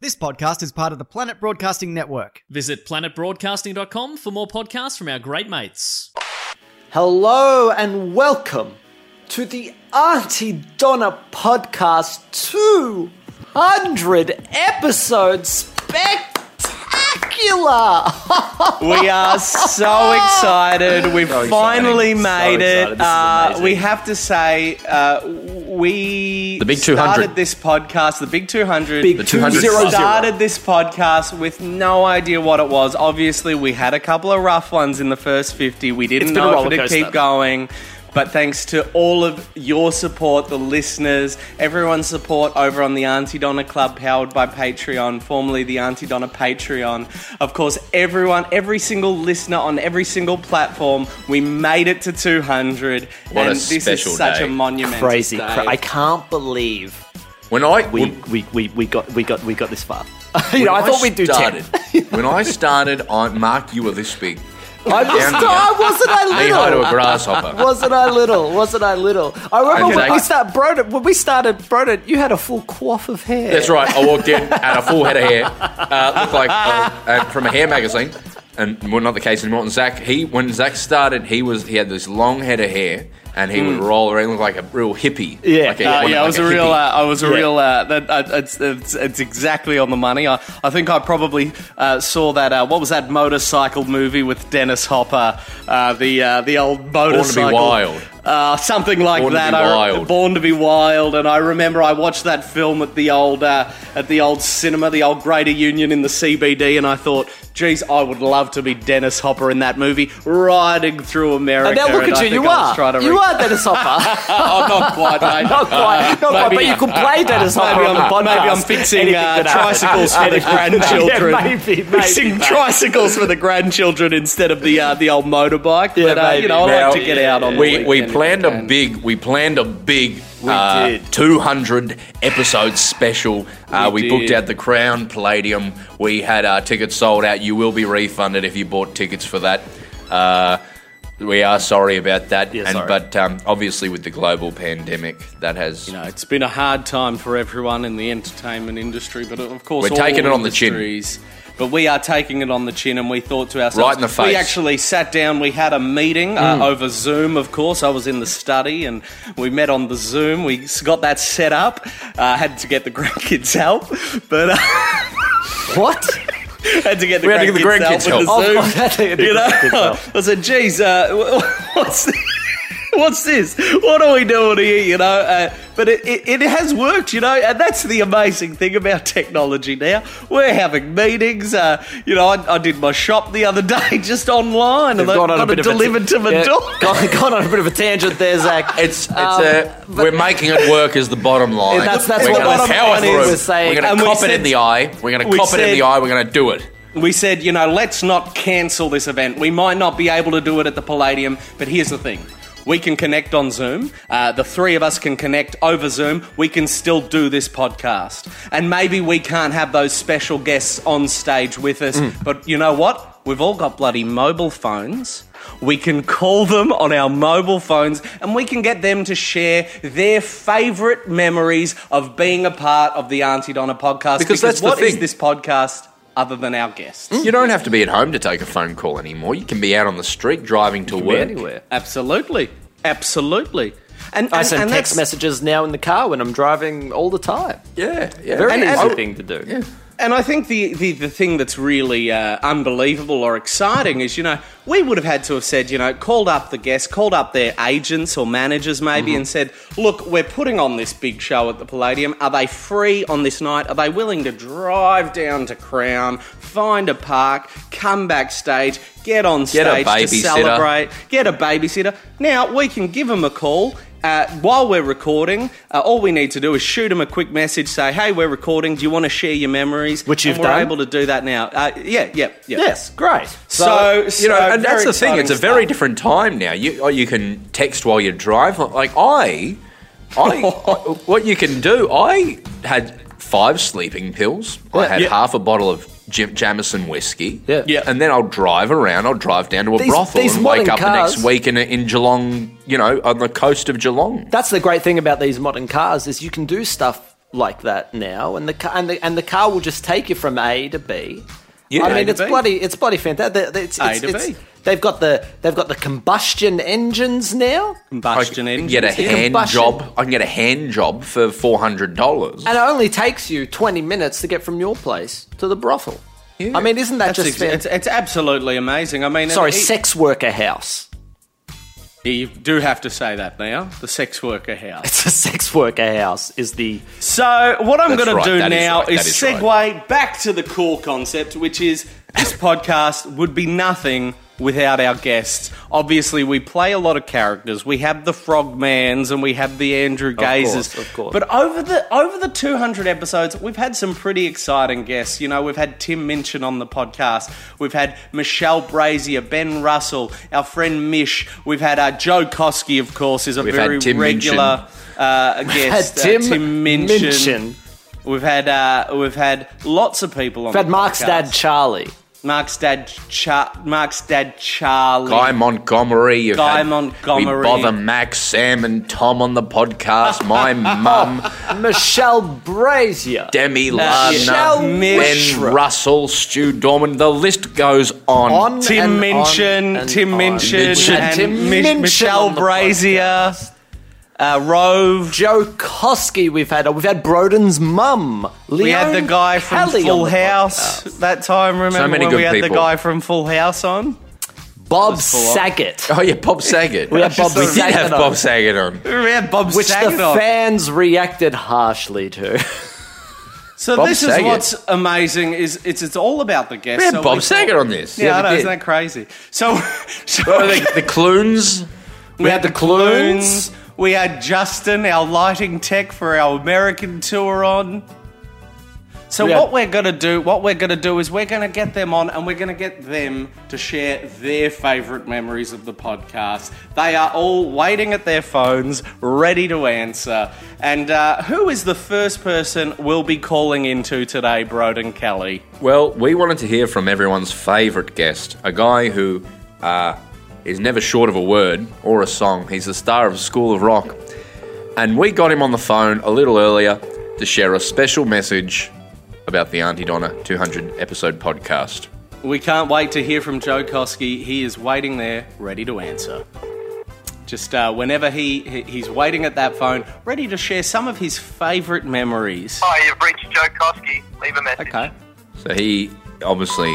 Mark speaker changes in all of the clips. Speaker 1: This podcast is part of the Planet Broadcasting Network.
Speaker 2: Visit planetbroadcasting.com for more podcasts from our great mates.
Speaker 3: Hello and welcome to the Auntie Donna Podcast 200 episode spectacular.
Speaker 4: We are so excited. We've
Speaker 3: So exciting.
Speaker 4: finally
Speaker 3: So
Speaker 4: made
Speaker 3: excited.
Speaker 4: it.
Speaker 3: This is
Speaker 4: Uh,
Speaker 3: amazing.
Speaker 4: we have to say, uh, we
Speaker 5: The big 200.
Speaker 4: started this podcast, the Big 200.
Speaker 3: Big
Speaker 5: The
Speaker 3: 200.
Speaker 5: 200.
Speaker 4: We started this podcast with no idea what it was. Obviously, we had a couple of rough ones in the first 50. We didn't
Speaker 5: It's been a
Speaker 4: know if
Speaker 5: roller
Speaker 4: it'd
Speaker 5: coaster.
Speaker 4: keep going. But thanks to all of your support, the listeners, everyone's support over on the Auntie Donna Club, powered by Patreon, formerly the Auntie Donna Patreon. Of course, everyone, every single listener on every single platform, we made it to 200.
Speaker 5: What a
Speaker 4: and this
Speaker 5: special
Speaker 4: is such
Speaker 5: day.
Speaker 4: a monument.
Speaker 3: Crazy. Cra- I can't believe
Speaker 5: When I
Speaker 3: we,
Speaker 5: when,
Speaker 3: we, we, we got we got we got this far. you know, I
Speaker 5: when
Speaker 3: thought we'd do 10.
Speaker 5: started, when I started, I Mark, you were this big.
Speaker 3: I was,
Speaker 5: Down
Speaker 3: I wasn't I
Speaker 5: Knee
Speaker 3: little.
Speaker 5: high to a grasshopper.
Speaker 3: Wasn't I little? Wasn't I little? I remember
Speaker 5: Okay.
Speaker 3: when we started Broden, when we started Broden, you had a full quaff of hair.
Speaker 5: That's right. I walked in had a full head of hair, uh, looked like uh, uh, from a hair magazine, and well, not the case anymore. And Zach, he when Zach started, he was he had this long head of hair, and he would roll around look like a real hippie.
Speaker 3: Mm. Yeah.
Speaker 5: like a,
Speaker 4: Uh,
Speaker 5: like
Speaker 4: yeah, I was a
Speaker 5: hippie.
Speaker 4: real. Uh, I was a
Speaker 3: Yeah.
Speaker 4: real. Uh, that, uh, it's, it's, it's exactly on the money. I, I think I probably uh, saw that. Uh, what was that motorcycle movie with Dennis Hopper? Uh, the uh, the old motorcycle.
Speaker 5: Wild.
Speaker 4: Uh, something like
Speaker 5: Born to
Speaker 4: that.
Speaker 5: be
Speaker 4: I-
Speaker 5: Wild.
Speaker 4: Born to be Wild. And I remember I watched that film at the old uh, at the old cinema, the old Greater Union in the CBD, and I thought, geez, I would love to be Dennis Hopper in that movie, riding through America.
Speaker 3: And now
Speaker 4: I
Speaker 3: look at you,
Speaker 4: think
Speaker 3: you
Speaker 4: I was
Speaker 3: are.
Speaker 4: trying to
Speaker 3: You
Speaker 4: re-
Speaker 3: are Dennis Hopper.
Speaker 4: I'm Oh, not quite. mate.
Speaker 3: not quite, not quite, but you could play Dennis Hopper
Speaker 4: Maybe
Speaker 3: on the
Speaker 4: I'm,
Speaker 3: podcast.
Speaker 4: maybe I'm fixing
Speaker 3: Anything
Speaker 4: uh,
Speaker 3: could happen.
Speaker 4: tricycles for the grandchildren.
Speaker 3: Yeah, maybe, maybe,
Speaker 4: fixing
Speaker 3: maybe.
Speaker 4: tricycles for the grandchildren instead of the uh, the old motorbike.
Speaker 3: Yeah,
Speaker 4: but uh, you
Speaker 3: maybe.
Speaker 4: know, I
Speaker 5: Now,
Speaker 4: like to get out on.
Speaker 5: we
Speaker 4: the
Speaker 5: we
Speaker 4: weekend if
Speaker 5: planned
Speaker 4: I
Speaker 5: a
Speaker 4: can.
Speaker 5: big we planned a big uh,
Speaker 4: did.
Speaker 5: 200 episode special. Uh, we
Speaker 4: We
Speaker 5: booked
Speaker 4: did.
Speaker 5: out the Crown Palladium. We had our tickets sold out. You will be refunded if you bought tickets for that. Uh, we are sorry about that, and
Speaker 3: sorry.
Speaker 5: but um, obviously with the global pandemic, that has
Speaker 4: You know, it's been a hard time for everyone in the entertainment industry, but of course, all
Speaker 5: We're taking it on the chin.
Speaker 4: industries- But we are taking it on the chin, and we thought to ourselves,
Speaker 5: Right in the face. Mm.
Speaker 4: We actually sat down. We had a meeting uh, over Zoom. Of course, I was in the study, and we met on the Zoom. We s- got that set up. Uh, had to get the grandkids help, but uh,
Speaker 3: What?
Speaker 4: had to get the
Speaker 5: We had to
Speaker 4: grandkids,
Speaker 5: get the grandkids
Speaker 4: help. with the
Speaker 5: help.
Speaker 3: Oh,
Speaker 4: Zoom.
Speaker 3: God, they had to
Speaker 4: you
Speaker 3: get
Speaker 4: know,
Speaker 3: the grandkids help.
Speaker 4: I said, "Geez, uh, w- what's this? what's this? What are we doing here?" You know, uh, but it, it, it has worked. You know, and that's the amazing thing about technology. Now we're having meetings. Uh, you know, I, I did my shop the other day just online, and they
Speaker 3: Gone on
Speaker 4: got
Speaker 3: a
Speaker 4: it
Speaker 3: bit of a
Speaker 4: delivered to my
Speaker 3: yeah,
Speaker 4: door.
Speaker 3: Gone, gone on a bit of a tangent there, Zach.
Speaker 5: It's, it's
Speaker 4: um,
Speaker 5: a, we're making it work is the bottom line.
Speaker 3: That's- that's
Speaker 5: we're
Speaker 4: what
Speaker 5: gonna
Speaker 4: the bottom
Speaker 5: power
Speaker 4: line is.
Speaker 5: through.
Speaker 4: We're
Speaker 3: saying-
Speaker 5: we're going
Speaker 4: and
Speaker 5: to
Speaker 4: we
Speaker 5: cop it
Speaker 4: said-
Speaker 5: in the eye. We're going
Speaker 4: we
Speaker 5: to cop it in
Speaker 4: said-
Speaker 5: the eye. We're going to do it.
Speaker 4: we said, you know, let's not cancel this event. We might not be able to do it at the Palladium, but here's the thing. We can connect on Zoom. Uh, the three of us can connect over Zoom. We can still do this podcast. And maybe we can't have those special guests on stage with us. But you know what? We've all got bloody mobile phones. We can call them on our mobile phones and we can get them to share their favourite memories of being a part of the Auntie Donna podcast.
Speaker 5: Because that's the
Speaker 4: what is
Speaker 5: thing.
Speaker 4: this podcast other than our guests?
Speaker 5: You don't have to be at home to take a phone call anymore. You can be out on the street driving to work.
Speaker 3: anywhere.
Speaker 4: Absolutely. Absolutely. And,
Speaker 3: I
Speaker 4: and-
Speaker 3: send
Speaker 4: and
Speaker 3: text
Speaker 4: that's-
Speaker 3: messages now in the car when I'm driving all the time.
Speaker 5: Yeah, yeah.
Speaker 3: Very
Speaker 4: And-
Speaker 3: easy
Speaker 4: and-
Speaker 3: thing to do.
Speaker 4: And I think the, the, the thing that's really uh, unbelievable or exciting is, you know, we would have had to have said, you know, called up the guests, called up their agents or managers maybe
Speaker 5: Mm-hmm.
Speaker 4: and said, look, we're putting on this big show at the Palladium. Are they free on this night? Are they willing to drive down to Crown, find a park, come backstage, get on
Speaker 5: Get a
Speaker 4: stage to
Speaker 5: babysitter.
Speaker 4: celebrate, get a babysitter? Now, we can give them a call. Uh, while we're recording, uh, all we need to do is shoot them a quick message, say, "Hey, we're recording. Do you want to share your memories?"
Speaker 3: Which you've
Speaker 4: and we're
Speaker 3: done.
Speaker 4: able to do that now. Uh, yeah, yeah, yeah.
Speaker 3: Yes, great.
Speaker 4: So,
Speaker 5: you know,
Speaker 4: so
Speaker 5: and that's
Speaker 4: very
Speaker 5: the thing. It's a
Speaker 4: exciting
Speaker 5: very
Speaker 4: stuff.
Speaker 5: different time now. You or you can text while you drive. Like I, I, what you can do. I had five sleeping pills. I
Speaker 3: Yeah.
Speaker 5: had
Speaker 3: Yeah.
Speaker 5: half a bottle of Jim, Jamison whiskey.
Speaker 3: Yeah.
Speaker 4: Yeah.
Speaker 5: And then I'll drive around. I'll drive down to a
Speaker 3: These-
Speaker 5: brothel
Speaker 3: these
Speaker 5: and wake
Speaker 3: modern
Speaker 5: up the
Speaker 3: cars-
Speaker 5: next week in in Geelong. You know, on the coast of Geelong.
Speaker 3: That's the great thing about these modern cars is you can do stuff like that now, and the ca- and the, and the car will just take you from A to B.
Speaker 4: Yeah,
Speaker 3: I
Speaker 4: A
Speaker 3: mean
Speaker 4: to
Speaker 3: it's
Speaker 4: B.
Speaker 3: bloody it's bloody fantastic. It's,
Speaker 4: A
Speaker 3: it's-
Speaker 4: to
Speaker 3: it's-
Speaker 4: B.
Speaker 3: They've got the they've got the combustion engines now,
Speaker 5: I
Speaker 4: Combustion
Speaker 5: can
Speaker 4: engines.
Speaker 5: get a
Speaker 3: Yeah,
Speaker 5: hand
Speaker 3: combustion.
Speaker 5: job. I can get a hand job for four hundred dollars.
Speaker 3: and it only takes you twenty minutes to get from your place to the brothel. I mean, isn't that
Speaker 4: That's
Speaker 3: just
Speaker 4: ex-
Speaker 3: fan-
Speaker 4: it's, it's absolutely amazing. I mean,
Speaker 3: sorry
Speaker 4: it-
Speaker 3: sex worker house?
Speaker 4: you do have to say that now. The sex worker house.
Speaker 3: It's a sex worker house. Is the
Speaker 4: So what I'm
Speaker 5: That's
Speaker 4: going
Speaker 5: right,
Speaker 4: to do
Speaker 5: that is
Speaker 4: now
Speaker 5: right,
Speaker 4: is,
Speaker 5: that is
Speaker 4: segue
Speaker 5: right.
Speaker 4: back to the core concept, which is this podcast would be nothing without our guests. Obviously, we play a lot of characters. We have the Frogmans and we have the Andrew Gazes.
Speaker 3: course, of course.
Speaker 4: But over the over the 200 episodes, we've had some pretty exciting guests. You know, we've had Tim Minchin on the podcast. We've had Michelle Brazier, Ben Russell, our friend Mish. We've had uh, Joe Kosky, of course, is a
Speaker 5: We've had
Speaker 4: very
Speaker 5: Tim Minchin.
Speaker 4: regular uh, guest.
Speaker 3: had
Speaker 4: uh,
Speaker 3: Tim,
Speaker 4: Tim Minchin.
Speaker 3: Minchin.
Speaker 4: We've had uh, we've had lots of people on.
Speaker 3: We've had
Speaker 4: the
Speaker 3: Mark's
Speaker 4: podcast.
Speaker 3: dad Charlie.
Speaker 4: Mark's dad, Cha- Mark's dad Charlie.
Speaker 5: Guy Montgomery. You've
Speaker 4: Guy
Speaker 5: had-
Speaker 4: Montgomery.
Speaker 5: We bother Max, Sam, and Tom on the podcast. My mum,
Speaker 3: Michelle Brazier.
Speaker 5: Demi
Speaker 3: Michelle
Speaker 5: Lana, Ben
Speaker 3: Mishra.
Speaker 5: Russell, Stu Dorman. The list goes on.
Speaker 3: On
Speaker 4: Tim
Speaker 3: and on
Speaker 4: Minchin,
Speaker 3: and
Speaker 4: Tim
Speaker 3: on.
Speaker 4: Minchin,
Speaker 5: Minchin.
Speaker 4: and
Speaker 3: Tim
Speaker 4: Mi-
Speaker 3: Minchin
Speaker 4: Michelle
Speaker 3: on the
Speaker 4: Brazier, uh, Rove.
Speaker 3: Joe Kosky we've had. We've had Broden's mum.
Speaker 4: We had the guy from Full House that time. Remember
Speaker 5: many
Speaker 4: when
Speaker 5: good
Speaker 4: we had the
Speaker 5: people.
Speaker 4: guy from Full House on?
Speaker 3: Bob
Speaker 4: full on.
Speaker 3: Saget.
Speaker 5: Oh yeah, Bob Saget.
Speaker 3: We had Bob
Speaker 5: we did
Speaker 3: Saget
Speaker 5: have
Speaker 3: on.
Speaker 5: Bob Saget on.
Speaker 4: We had Bob
Speaker 3: Which
Speaker 4: Saget
Speaker 3: the
Speaker 4: on.
Speaker 3: fans reacted harshly to.
Speaker 4: So
Speaker 5: Bob
Speaker 4: this is
Speaker 5: Saget.
Speaker 4: what's amazing is it's it's all about the guests.
Speaker 5: We had
Speaker 4: So
Speaker 5: Bob
Speaker 4: we-
Speaker 5: Saget on this.
Speaker 4: Yeah, I know,
Speaker 5: we
Speaker 4: isn't
Speaker 5: did.
Speaker 4: that crazy? So, so
Speaker 5: Oh, the, the Clunes.
Speaker 4: We had the
Speaker 3: Clunes.
Speaker 4: Clunes. We had Justin, our lighting tech for our American tour on. So
Speaker 3: We had-
Speaker 4: what we're gonna do, what we're gonna do is we're gonna get them on, and we're gonna get them to share their favourite memories of the podcast. They are all waiting at their phones, ready to answer. And uh, who is the first person we'll be calling into today, Broden Kelly?
Speaker 5: Well, we wanted to hear from everyone's favourite guest, a guy who uh, is never short of a word or a song. He's the star of School of Rock. And we got him on the phone a little earlier to share a special message about the Auntie Donna 200 episode podcast.
Speaker 4: We can't wait to hear from Joe Kosky. He is waiting there, ready to answer. Just uh, whenever he he- he's waiting at that phone, ready to share some of his favourite memories.
Speaker 6: Hi, you've reached Joe Kosky. Leave a message.
Speaker 4: Okay.
Speaker 5: So he obviously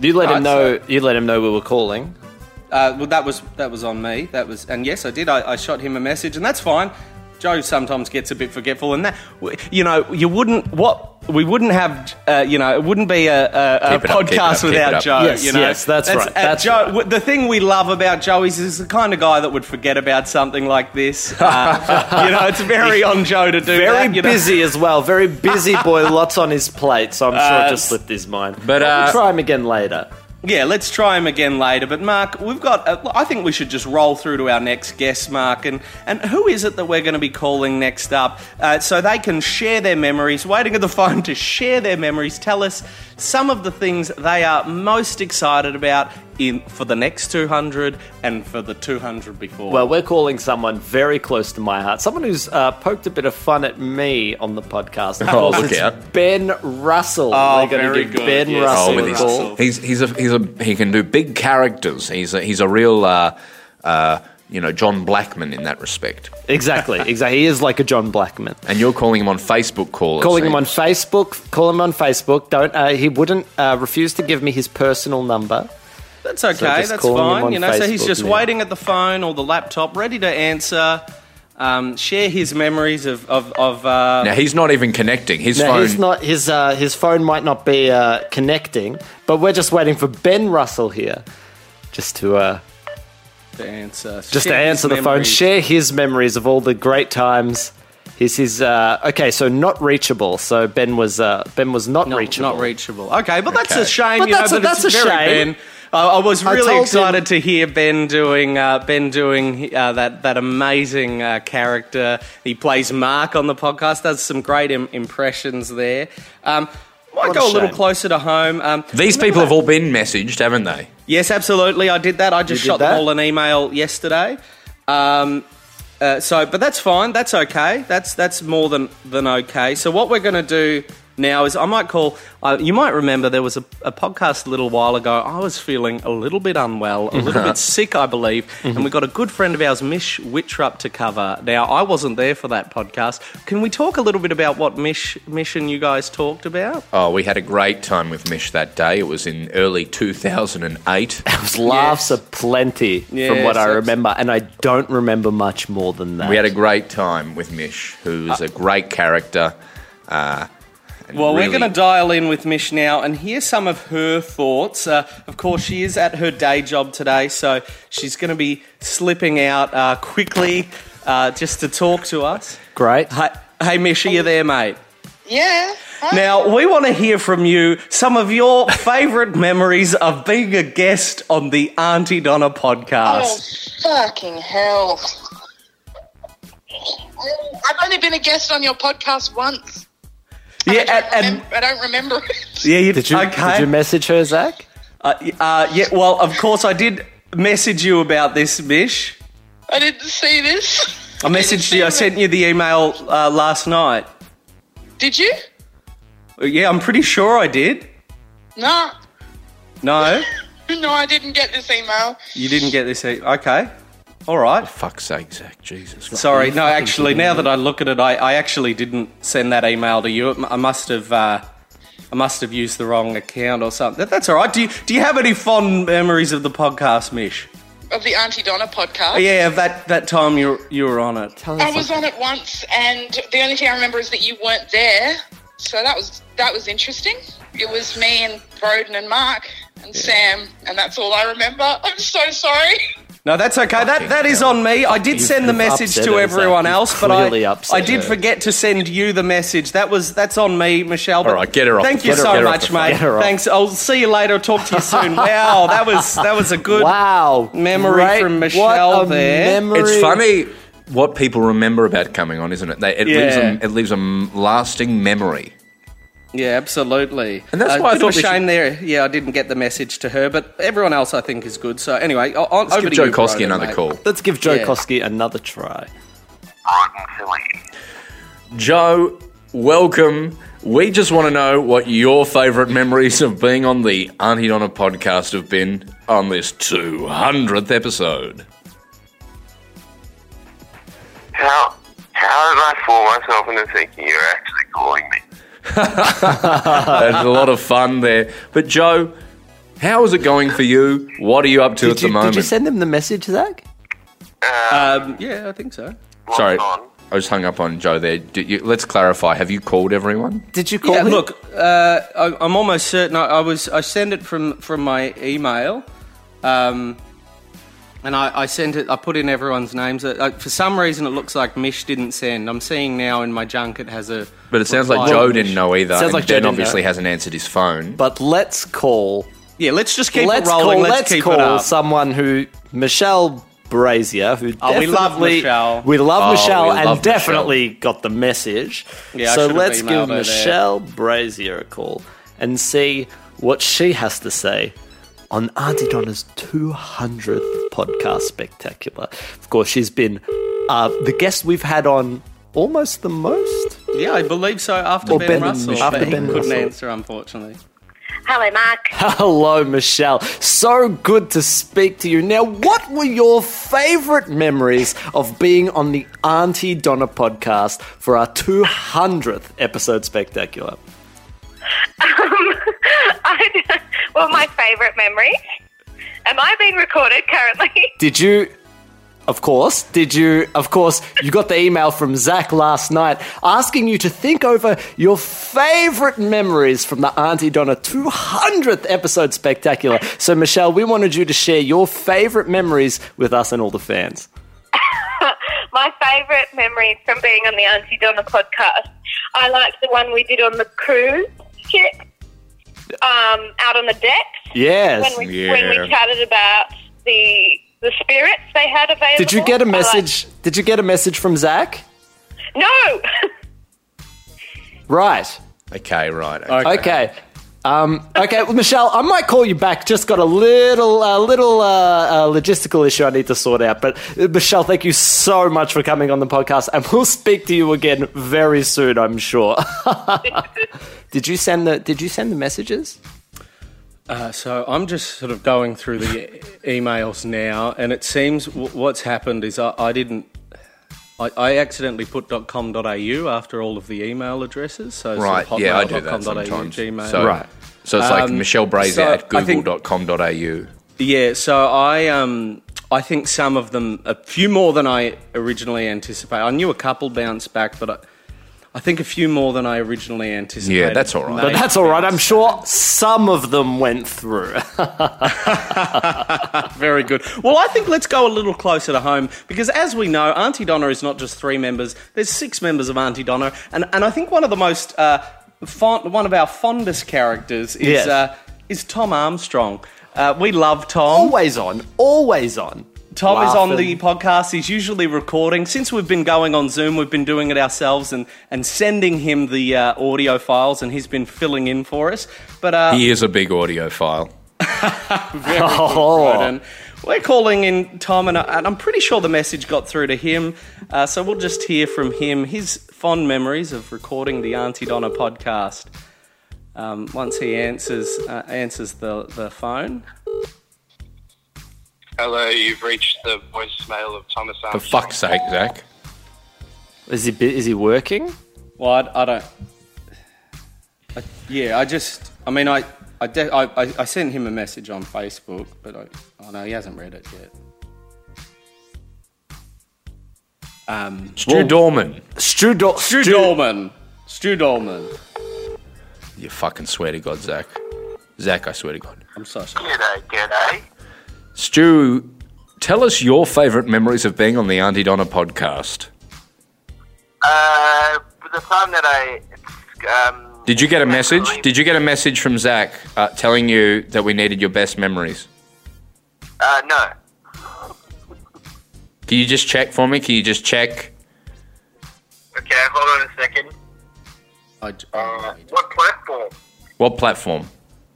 Speaker 3: You let
Speaker 4: I'd
Speaker 3: him know. You let him know we were calling.
Speaker 4: Uh, well, that was that was on me. That was, and yes, I did. I, I shot him a message, and that's fine. Joe sometimes gets a bit forgetful, and that w- you know, you wouldn't what we wouldn't have. Uh, you know, it wouldn't be a, a, a
Speaker 5: Keep it up, keep it up,
Speaker 4: podcast
Speaker 5: keep it
Speaker 4: without
Speaker 5: up.
Speaker 4: Joe.
Speaker 3: Yes,
Speaker 4: you know, uh,
Speaker 3: yes, that's right, that's
Speaker 4: Joe, w- the thing we love about Joe is he's the kind of guy that would forget about something like this. Uh, you know, it's very on Joe to do
Speaker 3: Very
Speaker 4: that. you know.
Speaker 3: busy as well. Very busy boy. Lots on his plate. So I'm sure
Speaker 4: Uh,
Speaker 3: it just slipped his mind.
Speaker 5: but, uh,
Speaker 3: we'll try him again later.
Speaker 4: Yeah, let's try him again later. But Mark, we've got. Uh, I think we should just roll through to our next guest, Mark. And and who is it that we're going to be calling next up? Uh, so they can share their memories. Waiting at the phone to share their memories. Tell us some of the things they are most excited about in for the next two hundred and for the two hundred before.
Speaker 3: Well, we're calling someone very close to my heart, someone who's uh, poked a bit of fun at me on the podcast. Of
Speaker 5: Oh,
Speaker 3: course,
Speaker 5: look
Speaker 3: it's
Speaker 5: out.
Speaker 3: Ben Russell.
Speaker 4: Oh,
Speaker 3: we're going to
Speaker 4: very
Speaker 3: give
Speaker 4: good.
Speaker 3: Ben
Speaker 4: Yes.
Speaker 3: Russell
Speaker 5: oh, with
Speaker 3: a
Speaker 5: his,
Speaker 3: call.
Speaker 4: Russell.
Speaker 5: he's he's a he's a he can do big characters. He's a, he's a real uh, uh, you know John Blackman in that respect.
Speaker 3: Exactly, exactly. He is like a John Blackman.
Speaker 5: And you're calling him on Facebook call. it
Speaker 3: Calling him on
Speaker 5: seems.
Speaker 3: Facebook. Call him on Facebook. Don't. Uh, he wouldn't uh, refuse to give me his personal number.
Speaker 4: That's okay.
Speaker 3: just
Speaker 4: that's
Speaker 3: calling him
Speaker 4: fine.
Speaker 3: on
Speaker 4: You know, so he's
Speaker 3: Facebook
Speaker 4: just
Speaker 3: now.
Speaker 4: waiting at the phone or the laptop, ready to answer. Um, share his memories of of. of uh,
Speaker 5: Now he's not even connecting. His
Speaker 3: No,
Speaker 5: phone.
Speaker 3: he's not. His uh, his phone might not be uh, connecting, but we're just waiting for Ben Russell here, just to. Uh,
Speaker 4: to answer.
Speaker 3: just
Speaker 4: Share
Speaker 3: to
Speaker 4: his
Speaker 3: answer the phone,
Speaker 4: memories.
Speaker 3: share his memories of all the great times. He's his uh, okay, so not reachable. So Ben was uh, Ben was not,
Speaker 4: Not-
Speaker 3: reachable.
Speaker 4: Not reachable. Okay, but that's a
Speaker 5: Okay.
Speaker 4: shame.
Speaker 3: But
Speaker 4: you
Speaker 3: that's
Speaker 4: know,
Speaker 3: a-
Speaker 4: but
Speaker 3: that's
Speaker 4: it's
Speaker 3: a
Speaker 4: very
Speaker 3: shame.
Speaker 4: Ben. I, I was
Speaker 3: I
Speaker 4: really
Speaker 3: told
Speaker 4: excited
Speaker 3: him-
Speaker 4: to hear Ben doing uh, Ben doing uh, that that amazing uh, character. He plays Mark on the podcast. Does some great Im- impressions there. Um, might
Speaker 3: What a
Speaker 4: go a little
Speaker 3: shame.
Speaker 4: closer to home. Um,
Speaker 5: These
Speaker 4: remember
Speaker 5: people
Speaker 4: that-
Speaker 5: have all been messaged, haven't they?
Speaker 4: Yes, absolutely. I did that. I just
Speaker 3: You did
Speaker 4: shot them
Speaker 3: that?
Speaker 4: all an email yesterday. Um, Uh, so, but that's fine. That's okay. That's that's more than than okay. So, what we're going to do now is I might call. Uh, you might remember there was a, a podcast a little while ago. I was feeling a little bit unwell, a little bit sick, I believe, and we got a good friend of ours, Mish Wittrup, to cover. Now, I wasn't there for that podcast. Can we talk a little bit about what Mish, Mish, and you guys talked about?
Speaker 5: Oh, we had a great time with Mish that day. It was in early 2008.
Speaker 3: There's laughs
Speaker 4: Yes.
Speaker 3: aplenty from
Speaker 4: Yes,
Speaker 3: what I
Speaker 4: that's-
Speaker 3: remember, and I don't remember much more than that.
Speaker 5: We had a great time with Mish, who is a great character. Uh, and
Speaker 4: Well,
Speaker 5: really-
Speaker 4: we're going to dial in with Mish now and hear some of her thoughts. Uh, of course, she is at her day job today, so she's going to be slipping out uh, quickly uh, just to talk to us.
Speaker 3: great.
Speaker 4: Hey, hey, Mish, are you there, mate?
Speaker 7: Yeah.
Speaker 4: Now, we want to hear from you some of your favourite memories of being a guest on the Auntie Donna
Speaker 7: Oh,
Speaker 4: podcast.
Speaker 7: fucking hell. I've only been a guest on your podcast once.
Speaker 4: yeah,
Speaker 7: Oh, I don't,
Speaker 4: and, and-
Speaker 7: remem- I don't remember it.
Speaker 4: yeah, you,
Speaker 3: Did you
Speaker 4: okay.
Speaker 3: did you message her, Zach?
Speaker 4: uh, y- uh, yeah, well, of course, I did message you about this, Mish.
Speaker 7: I didn't see this.
Speaker 4: I messaged you. I sent you the email uh, last night.
Speaker 7: Did you?
Speaker 4: Yeah, I'm pretty sure I did.
Speaker 7: No.
Speaker 4: No,
Speaker 7: No, I didn't get this email.
Speaker 4: you didn't get this. e- Okay, all right.
Speaker 5: Fuck's sake, Zach. Jesus.
Speaker 4: Sorry. No, actually, now that I look at it, I, I actually didn't send that email to you. It m- I must have. Uh, I must have used the wrong account or something. That- That's all right. Do you do you have any fond memories of the podcast, Mish?
Speaker 7: Of the Auntie Donna podcast.
Speaker 4: Oh, yeah, of that that time you you were on it.
Speaker 7: I was on it once, and the only thing I remember is that you weren't there. So that was that was interesting. It was me and Broden and Mark and Sam, and that's all I remember. I'm so sorry.
Speaker 4: No, that's okay. That that is on me. I did send the
Speaker 3: you've
Speaker 4: message
Speaker 3: upset
Speaker 4: to
Speaker 3: her,
Speaker 4: everyone
Speaker 3: Zach. You've
Speaker 4: else, but I
Speaker 3: clearly upset
Speaker 4: I did
Speaker 3: her.
Speaker 4: forget to send you the message. That was that's on me, Michelle. But
Speaker 5: All right, get her off
Speaker 4: Thank
Speaker 5: the
Speaker 4: you
Speaker 5: phone.
Speaker 4: so
Speaker 5: Get her off
Speaker 4: much,
Speaker 5: the phone.
Speaker 4: mate.
Speaker 3: Get her off.
Speaker 4: Thanks. I'll see you later. Talk to you soon. wow, that was that was a good.
Speaker 3: Wow,
Speaker 4: Memory
Speaker 3: Great.
Speaker 4: from
Speaker 3: What
Speaker 4: Michelle
Speaker 3: a
Speaker 4: there.
Speaker 3: memory.
Speaker 5: It's funny what people remember about coming on, isn't it? They, it, leaves
Speaker 4: Yeah.
Speaker 5: them, it leaves a m- lasting memory.
Speaker 4: Yeah, absolutely.
Speaker 5: And that's
Speaker 4: Uh,
Speaker 5: why I
Speaker 4: bit
Speaker 5: thought
Speaker 4: of a
Speaker 5: we should-
Speaker 4: shame there. Yeah, I didn't get the message to her, but everyone else I think is good. So anyway, o- on,
Speaker 5: Let's
Speaker 4: over
Speaker 5: give
Speaker 4: to
Speaker 5: Joe
Speaker 4: you,
Speaker 5: Koski
Speaker 4: Broden,
Speaker 5: another
Speaker 4: mate.
Speaker 5: call.
Speaker 3: Let's give Joe
Speaker 4: Yeah.
Speaker 3: Koski another try.
Speaker 6: Rotten Philly.
Speaker 5: Joe, welcome. We just want to know what your favourite memories of being on the Auntie Donna podcast have been on this 200th episode.
Speaker 6: How, how did I fool myself into thinking you were actually calling me?
Speaker 5: That's a lot of fun there. But Joe, how is it going for you? What are you up to at
Speaker 3: Did
Speaker 5: the
Speaker 3: you, Uh,
Speaker 5: moment?
Speaker 3: did you send him the message, Zach?
Speaker 4: Um, yeah, I think so.
Speaker 6: Locked
Speaker 5: Sorry,
Speaker 6: on.
Speaker 5: I was hung up on Joe there. Did you, let's clarify. Have you called everyone?
Speaker 3: Did you call
Speaker 4: yeah,
Speaker 3: him?
Speaker 4: look, uh, I, I'm almost certain I, I was I sent it from from my email, um, and I, I sent it. I put in everyone's names. Uh, like, for some reason, it looks like Mish didn't send. I'm seeing now in my junk it has a.
Speaker 5: But it sounds like
Speaker 4: reply.
Speaker 5: Joe didn't know either.
Speaker 3: Sounds
Speaker 5: and
Speaker 3: like Joe
Speaker 5: Ben
Speaker 3: didn't
Speaker 5: obviously
Speaker 3: know.
Speaker 5: hasn't answered his phone.
Speaker 3: But let's call.
Speaker 4: Yeah, let's just keep
Speaker 3: let's
Speaker 4: it rolling.
Speaker 3: call.
Speaker 4: let's,
Speaker 3: Let's,
Speaker 4: keep it
Speaker 3: call
Speaker 4: up.
Speaker 3: someone who Michelle Brazier, who
Speaker 4: Oh, we love
Speaker 3: definitely-
Speaker 4: Michelle.
Speaker 3: we love
Speaker 5: Oh,
Speaker 3: Michelle,
Speaker 5: we
Speaker 3: and
Speaker 5: love
Speaker 3: definitely got the message.
Speaker 4: Yeah, I
Speaker 3: so
Speaker 4: should have
Speaker 3: let's
Speaker 4: emailed
Speaker 3: give
Speaker 4: her there.
Speaker 3: Michelle Brazier a call and see what she has to say on Auntie Donna's 200th podcast spectacular. Of course, she's been uh, the guest we've had on almost the most.
Speaker 4: yeah, I believe so. After
Speaker 3: Or
Speaker 4: Ben,
Speaker 3: Ben and
Speaker 4: Russell,
Speaker 3: Mish-
Speaker 4: but
Speaker 3: after
Speaker 4: he
Speaker 3: Ben
Speaker 4: couldn't
Speaker 3: Russell.
Speaker 4: answer unfortunately.
Speaker 8: Hello, Mark.
Speaker 3: Hello, Michelle. So good to speak to you. Now, what were your favorite memories of being on the Auntie Donna podcast for our 200th episode spectacular?
Speaker 8: I, well, my favourite memory. Am I being recorded currently?
Speaker 3: Did you, of course, did you, of course, you got the email from Zach last night asking you to think over your favorite memories from the Auntie Donna 200th episode spectacular. So, Michelle, we wanted you to share your favorite memories with us and all the fans.
Speaker 8: my favourite memories from being on the Auntie Donna podcast. I liked the one we did on the cruise ship, um, out on the decks
Speaker 3: Yes.
Speaker 8: when we when we
Speaker 5: Yeah.
Speaker 8: chatted about the the spirits they had available.
Speaker 3: Did you get a
Speaker 8: I liked-
Speaker 3: message? Did you get a message from Zach?
Speaker 8: no.
Speaker 3: Right.
Speaker 5: Okay, right.
Speaker 3: Okay. Um, okay, well, Michelle, I might call you back. Just got a little, uh, little uh, uh, logistical issue I need to sort out. But uh, Michelle, thank you so much for coming on the podcast, and we'll speak to you again very soon, I'm sure. did you send the Did you send the messages?
Speaker 4: Uh, so I'm just sort of going through the e- emails now, and it seems w- what's happened is I, I didn't. I, I accidentally put .com.au after all of the email addresses. So sort
Speaker 5: Right,
Speaker 4: of
Speaker 5: yeah, I do
Speaker 4: hotmail.com.au,
Speaker 5: that sometimes.
Speaker 4: Gmail.
Speaker 5: So,
Speaker 3: Right.
Speaker 5: So it's like
Speaker 4: Um,
Speaker 5: Michelle Brazier
Speaker 4: so
Speaker 5: at
Speaker 4: I think-
Speaker 5: google.com.au.
Speaker 4: Yeah, so I um I think some of them a few more than I originally anticipated. I knew a couple bounced back, but I, I think a few more than I originally anticipated.
Speaker 5: Yeah, that's all right.
Speaker 4: may
Speaker 5: But
Speaker 3: That's all right. I'm sure some of them went through.
Speaker 4: Very good. Well, I think let's go a little closer to home because, as we know, Auntie Donna is not just three members. There's six members of Auntie Donna, and and I think one of the most uh, fond, one of our fondest characters is
Speaker 3: Yes.
Speaker 4: uh, is Tom Armstrong. Uh, we love Tom.
Speaker 3: always on. Always on.
Speaker 4: Tom is on
Speaker 3: Laughing.
Speaker 4: the podcast. He's usually recording. Since we've been going on Zoom, we've been doing it ourselves and, and sending him the uh, audio files, and he's been filling in for us. But uh,
Speaker 5: He is a big audiophile.
Speaker 4: very good,
Speaker 3: Oh.
Speaker 4: Broden. We're calling in Tom, and, I, and I'm pretty sure the message got through to him. Uh, so we'll just hear from him his fond memories of recording the Auntie Donna podcast. Um, once he answers uh, answers the, the phone.
Speaker 6: Hello, you've reached the voicemail of Thomas
Speaker 5: For
Speaker 6: Armstrong.
Speaker 5: fuck's sake, Zach.
Speaker 3: Is he bu- is he working?
Speaker 4: Well, I, I don't. I, yeah, I just. I mean, I I, de- I I I sent him a message on Facebook, but I oh no, he hasn't read it yet. Um,
Speaker 5: Stu Dorman.
Speaker 3: Stu, Dor-
Speaker 4: Stu Dorman. Stu Dorman.
Speaker 5: You fucking swear to God, Zach. Zach, I swear to God.
Speaker 4: I'm so sorry.
Speaker 6: G'day, g'day.
Speaker 5: Stu, tell us your favourite memories of being on the Auntie Donna podcast.
Speaker 6: Uh, the time that I. Um,
Speaker 5: Did you get a message? Did you get a message from Zach uh, telling you that we needed your best memories?
Speaker 6: Uh, no.
Speaker 5: Can you just check for me? Can you just check?
Speaker 6: Okay, hold on a second.
Speaker 4: I, j-
Speaker 6: Uh, what platform?
Speaker 5: What platform?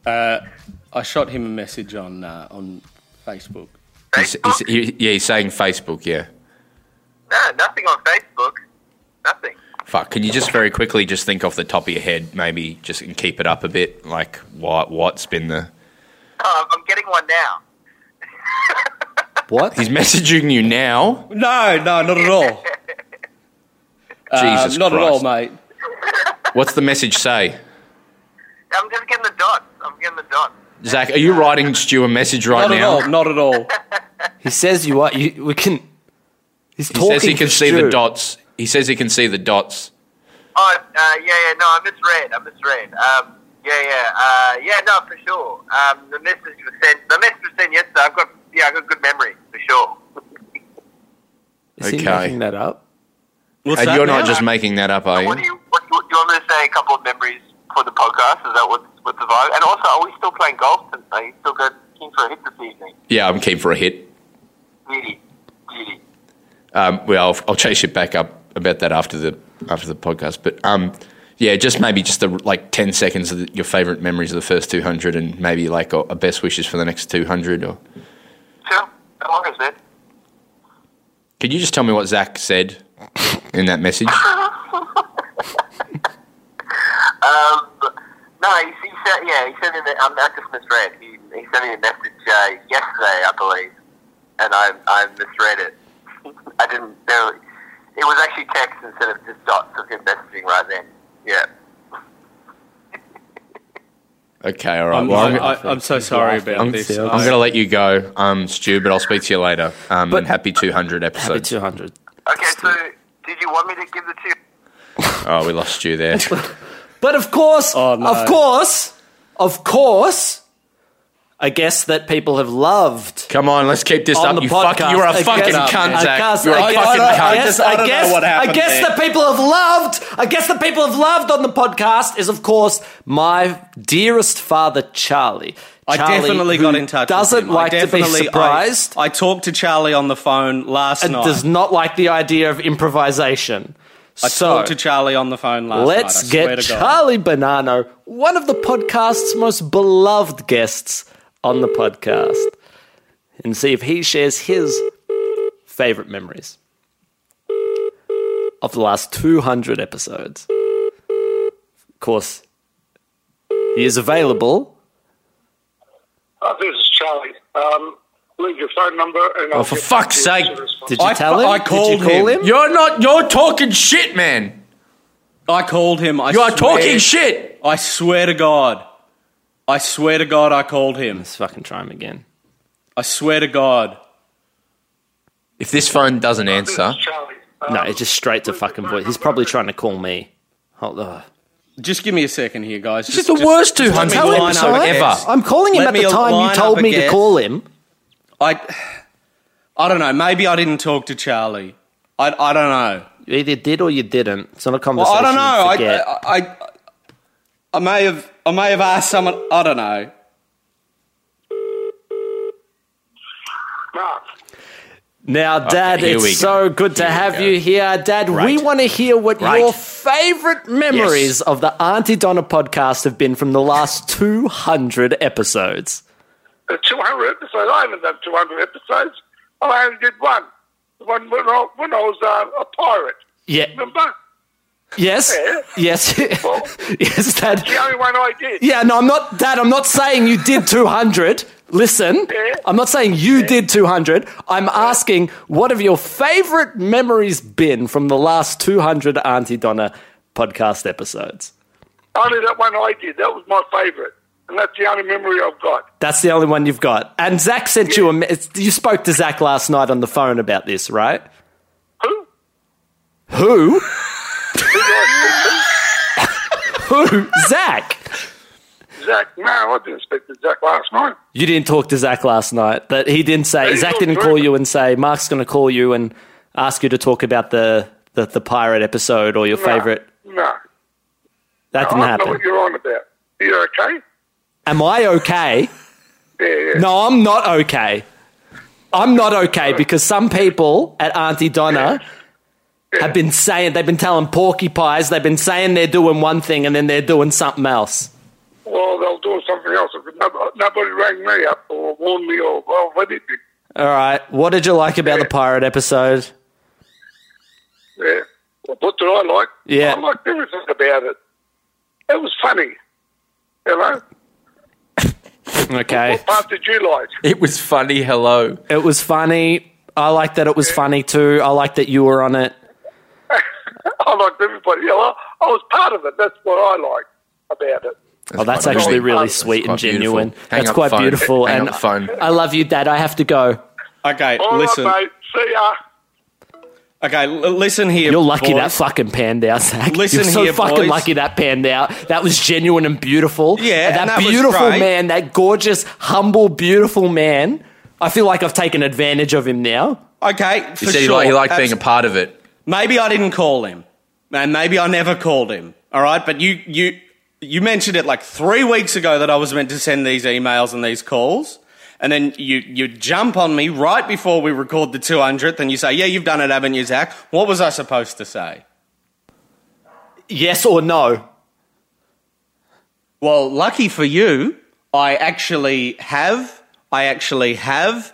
Speaker 4: uh, I shot him a message on uh, on Facebook.
Speaker 5: He's, he's, he, yeah, he's saying Facebook, yeah.
Speaker 6: No, nothing on Facebook. Nothing.
Speaker 5: Fuck, can you just very quickly just think off the top of your head, maybe just and keep it up a bit? Like, what, what's been the.
Speaker 6: Oh, I'm getting one now.
Speaker 3: What?
Speaker 5: He's messaging you now?
Speaker 4: No, no, not at all. Uh,
Speaker 5: Jesus
Speaker 4: not at
Speaker 5: Christ.
Speaker 4: all, mate.
Speaker 5: What's the message say?
Speaker 6: I'm just getting the dots. I'm getting the dots.
Speaker 5: Zach, are you writing Stu a message right
Speaker 4: Not at
Speaker 5: now?
Speaker 4: all. Not at all.
Speaker 3: He says you are. You, we can. He's
Speaker 5: He
Speaker 3: talking.
Speaker 5: says he can
Speaker 3: to
Speaker 5: see
Speaker 3: Stu.
Speaker 5: the dots. He says he can see the dots.
Speaker 6: Oh, uh, yeah, yeah, no, I misread. I misread. Um, yeah, yeah, uh, yeah, no, for sure. Um, the message was sent. The message was sent yesterday. I've got, yeah, I've got good memory for sure.
Speaker 3: Is he
Speaker 5: Okay.
Speaker 3: making that up?
Speaker 4: What's
Speaker 5: and
Speaker 4: that
Speaker 5: you're
Speaker 4: now?
Speaker 5: not just making that up, are
Speaker 6: What do
Speaker 5: you?
Speaker 6: you, what do you, do you want me to say? A couple of memories for the podcast. Is that what, what's the vibe? And also, are we still playing golf? tonight? Are you still good? Keen for a hit this evening?
Speaker 5: Yeah, I'm keen for a hit.
Speaker 6: Really, really.
Speaker 5: Um, well, I'll, I'll chase you back up about that after the after the podcast. But um, yeah, just maybe just the like ten seconds of the, your favorite memories of the first two hundred, and maybe like a, a best wishes for the next two hundred. Or
Speaker 6: Sure. No worries, man.
Speaker 5: could you just tell me what Zach said in that message?
Speaker 6: Um, No, he, he sent, yeah, he sent me, the, um, I just misread. He, he sent me a message uh, yesterday, I believe, and I, I misread it. I didn't, there, it was actually text instead of just dots of him messaging right then. Yeah.
Speaker 5: Okay, all right.
Speaker 4: I'm,
Speaker 5: well, I'm,
Speaker 4: I'm, I, I'm so sorry about
Speaker 5: I'm-
Speaker 4: this.
Speaker 5: I'm going to let you go, um, Stu, but I'll speak to you later. Um,
Speaker 3: But-
Speaker 5: happy 200
Speaker 3: Happy
Speaker 5: episodes.
Speaker 3: two hundred.
Speaker 6: Okay, so did you want me to give the two?
Speaker 5: Oh, we lost Stu there.
Speaker 3: But of course,
Speaker 4: Oh, no.
Speaker 3: of course, of course. I guess that people have loved.
Speaker 5: Come on, let's keep this
Speaker 3: On
Speaker 5: up.
Speaker 3: the
Speaker 5: You fuck,
Speaker 3: podcast.
Speaker 5: you're a
Speaker 3: I
Speaker 5: fucking
Speaker 3: guess-
Speaker 5: cunt,
Speaker 3: I
Speaker 5: Zach.
Speaker 3: guess-
Speaker 5: You're a
Speaker 3: I guess-
Speaker 5: fucking
Speaker 3: I
Speaker 5: cunt.
Speaker 3: guess-
Speaker 4: I don't
Speaker 3: I
Speaker 4: know
Speaker 3: guess-
Speaker 4: what
Speaker 3: I
Speaker 4: happened
Speaker 3: guess
Speaker 4: there.
Speaker 3: the people have loved. I guess the people have loved on the podcast is, of course, my dearest father, Charlie.
Speaker 4: I
Speaker 3: Charlie,
Speaker 4: definitely
Speaker 3: who
Speaker 4: got in touch. with
Speaker 3: Doesn't
Speaker 4: him. I
Speaker 3: like to be
Speaker 4: definitely- I-
Speaker 3: surprised.
Speaker 4: I, talked to Charlie on the phone last
Speaker 3: and
Speaker 4: night.
Speaker 3: does not like the idea of improvisation.
Speaker 4: I
Speaker 3: So-
Speaker 4: talked to Charlie on the phone last
Speaker 3: Let's
Speaker 4: night. I swear
Speaker 3: get
Speaker 4: to God.
Speaker 3: Charlie Bonanno, one of the podcast's most beloved guests, on the podcast and see if he shares his favorite memories of the last 200 episodes. Of course, he is available.
Speaker 9: Uh, this is Charlie. Um, leave your phone number and
Speaker 3: Oh,
Speaker 9: I'll
Speaker 5: Oh, for
Speaker 9: get
Speaker 5: fuck's
Speaker 9: back to you as
Speaker 5: sake.
Speaker 9: soon as possible.
Speaker 3: Did you
Speaker 4: I-
Speaker 3: tell him?
Speaker 4: I called
Speaker 3: Did you call
Speaker 4: him.
Speaker 3: him?
Speaker 5: You're not. You're talking shit, man.
Speaker 4: I called him. I
Speaker 5: You are
Speaker 4: swear-
Speaker 5: talking shit.
Speaker 4: I swear to God. I swear to God, I called him.
Speaker 3: Let's fucking try him again.
Speaker 4: I swear to God.
Speaker 5: If this phone doesn't
Speaker 9: This
Speaker 5: answer,
Speaker 9: is Charlie.
Speaker 3: No,
Speaker 9: Um,
Speaker 3: it's just straight to
Speaker 9: leave your
Speaker 3: fucking
Speaker 9: phone
Speaker 3: voice. He's
Speaker 9: number
Speaker 3: probably
Speaker 9: and-
Speaker 3: trying to call me. Hold on.
Speaker 4: Just give me a second here, guys.
Speaker 5: this is the worst two
Speaker 4: let me
Speaker 5: hundred
Speaker 3: Tell him,
Speaker 4: line up
Speaker 3: son.
Speaker 4: against-
Speaker 5: ever.
Speaker 3: I'm calling him
Speaker 4: Let
Speaker 3: at the
Speaker 4: me
Speaker 3: time
Speaker 4: line
Speaker 3: you
Speaker 4: up
Speaker 3: told
Speaker 4: a
Speaker 3: me to
Speaker 4: guess.
Speaker 3: call him.
Speaker 4: I, I don't know. Maybe I didn't talk to Charlie. I, I don't know.
Speaker 3: You either did or you didn't. It's not a
Speaker 4: Well,
Speaker 3: conversation.
Speaker 4: I don't know.
Speaker 3: you
Speaker 4: I,
Speaker 3: forget.
Speaker 4: I, I, I may have I may have asked someone. I don't know.
Speaker 9: Mark,
Speaker 3: Now, Dad,
Speaker 5: here we
Speaker 3: it's so
Speaker 5: go.
Speaker 3: good to
Speaker 5: Here we
Speaker 3: have
Speaker 5: go.
Speaker 3: you here. Dad, we want to hear what
Speaker 5: Right.
Speaker 3: your favorite memories of the Auntie Donna podcast have been from the last 200 episodes.
Speaker 9: the 200 Uh, episodes. I haven't done 200 episodes. Oh, I only did one. The one when I, when I was uh, a pirate.
Speaker 3: Yeah.
Speaker 9: Remember?
Speaker 3: Yes.
Speaker 9: Yeah.
Speaker 3: Yes. yes, Dad.
Speaker 9: The only one I did.
Speaker 3: Yeah, no, I'm not, Dad, I'm not saying you did 200. Listen,
Speaker 9: Yeah.
Speaker 3: I'm not saying you did 200. I'm asking what have your favorite memories been from the last 200 Auntie Donna podcast episodes?
Speaker 9: Only that one I did. That was my favourite. And that's the only memory I've got.
Speaker 3: That's the only one you've got. And Zach sent you a. me- it's- You spoke to Zach last night on the phone about this, right?
Speaker 9: Who?
Speaker 3: Who? Who? Zach.
Speaker 9: Zach. No, I didn't speak to Zach last night.
Speaker 3: You didn't talk to Zach last night. That he didn't say.
Speaker 9: He
Speaker 3: Zach
Speaker 9: was
Speaker 3: didn't call
Speaker 9: dreaming.
Speaker 3: you and say Mark's going to call you and ask you to talk about the the, the pirate episode or your
Speaker 9: No.
Speaker 3: favorite.
Speaker 9: No. I
Speaker 3: That didn't
Speaker 9: don't know
Speaker 3: happen.
Speaker 9: what you're on about. Are you okay?
Speaker 3: Am I okay?
Speaker 9: Yeah, yeah.
Speaker 3: No, I'm not okay. I'm not okay because some people at Auntie Donna have been saying they've been telling porcupines they've been saying they're doing one thing and then they're doing something else.
Speaker 9: Well, they'll do something else. If nobody, nobody rang me up or warned me or well, anything.
Speaker 3: All right, what did you like about the pirate episode?
Speaker 9: Yeah. What did I like?
Speaker 3: Yeah.
Speaker 9: I liked everything about it. It was funny. You know?
Speaker 3: Okay,
Speaker 9: What part did you like?
Speaker 5: It was funny. Hello.
Speaker 3: it was funny. I like that it was funny too. I like that you were on it.
Speaker 9: I liked everybody. Yeah, well, I was part of it. That's what I liked about it.
Speaker 3: Oh, that's
Speaker 5: quite
Speaker 3: actually
Speaker 5: amazing.
Speaker 3: really
Speaker 9: That's
Speaker 3: sweet and
Speaker 5: quite beautiful.
Speaker 3: genuine.
Speaker 5: Hang
Speaker 3: That's
Speaker 5: up
Speaker 3: quite
Speaker 5: phone.
Speaker 3: beautiful.
Speaker 5: Hang
Speaker 3: And
Speaker 5: up phone.
Speaker 3: I love you, Dad. I have to go.
Speaker 4: Okay,
Speaker 9: All right,
Speaker 4: listen.
Speaker 9: mate. See ya.
Speaker 4: Okay, l- listen here.
Speaker 3: You're lucky that
Speaker 4: boys.
Speaker 3: fucking panned out, Zach.
Speaker 4: Listen
Speaker 3: You're so
Speaker 4: here,
Speaker 3: fucking
Speaker 4: boys.
Speaker 3: lucky that panned out. That was genuine and beautiful.
Speaker 4: Yeah,
Speaker 3: And that,
Speaker 4: and that was
Speaker 3: beautiful
Speaker 4: great.
Speaker 3: man, that gorgeous, humble, beautiful man. I feel like I've taken advantage of him now.
Speaker 4: Okay, for
Speaker 5: He said
Speaker 4: sure.
Speaker 5: he liked, he liked
Speaker 4: Abs-
Speaker 5: being a part of it.
Speaker 4: Maybe I didn't call him, and maybe I never called him. All right, but you you you mentioned it like three weeks ago that I was meant to send these emails and these calls, and then you you jump on me right before we record the two hundredth, and you say, "Yeah, you've done it, haven't you, Zach?" What was I supposed to say?
Speaker 3: Yes or no?
Speaker 4: Well, lucky for you, I actually have. I actually have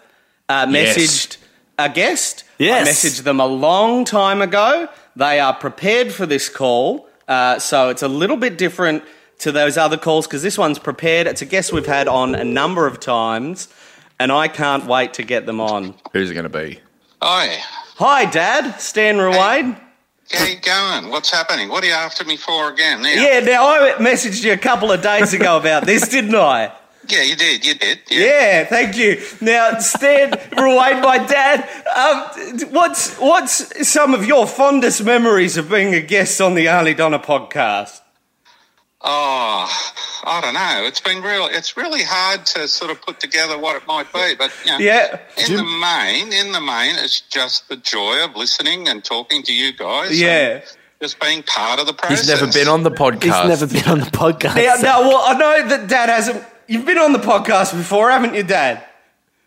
Speaker 4: uh,
Speaker 5: Yes.
Speaker 4: messaged a guest.
Speaker 3: Yes.
Speaker 4: I messaged them a long time ago. They are prepared for this call, uh, so it's a little bit different to those other calls because this one's prepared. It's a guest we've had on a number of times, and I can't wait to get them on.
Speaker 5: Who's it going to be?
Speaker 10: Hi,
Speaker 4: Hi, Dad, Stan Ruwade.
Speaker 10: how you going? What's happening? What are you after me for again now?
Speaker 4: Yeah, now I messaged you a couple of days ago about this, didn't I?
Speaker 10: Yeah, you did, you did.
Speaker 4: Yeah, thank you. Now, Stan, Ruane, my dad, um, what's what's some of your fondest memories of being a guest on the Arlie Donna podcast?
Speaker 10: Oh, I don't know. It's been real. It's really hard to sort of put together what it might be, but you know,
Speaker 4: Yeah.
Speaker 10: In the main, in the main, it's just the joy of listening and talking to you guys. and
Speaker 4: Yeah.
Speaker 10: just being part of the process.
Speaker 5: He's never been on the podcast.
Speaker 3: He's never been on the podcast.
Speaker 4: Now,
Speaker 3: so-
Speaker 4: now well, I know that dad hasn't. You've been on the podcast before, haven't you, Dad?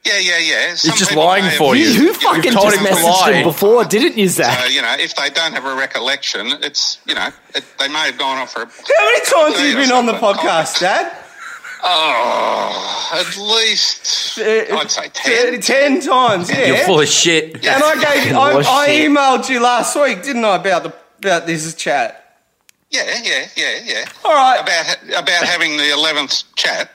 Speaker 10: Yeah, yeah, yeah. Some
Speaker 5: just
Speaker 10: people
Speaker 5: lying
Speaker 10: may have-
Speaker 5: for you.
Speaker 3: You fucking
Speaker 5: told
Speaker 3: just
Speaker 5: him to
Speaker 3: messaged
Speaker 5: lie.
Speaker 3: him before, didn't you,
Speaker 10: So,
Speaker 3: Zach?
Speaker 10: you know, if they don't have a recollection, it's, you know, it, they may have gone off for a.
Speaker 4: How many times have you
Speaker 10: Yeah,
Speaker 4: been on the
Speaker 10: something.
Speaker 4: podcast, Dad?
Speaker 10: Oh, at least, I'd say 10.
Speaker 4: Ten, ten times, yeah.
Speaker 5: You're full of shit.
Speaker 4: and I gave, I,
Speaker 3: Bullshit.
Speaker 4: I emailed you last week, didn't I, about the about this chat?
Speaker 10: Yeah, yeah, yeah, yeah.
Speaker 4: All right,
Speaker 10: About, ha- about having the 11th chat.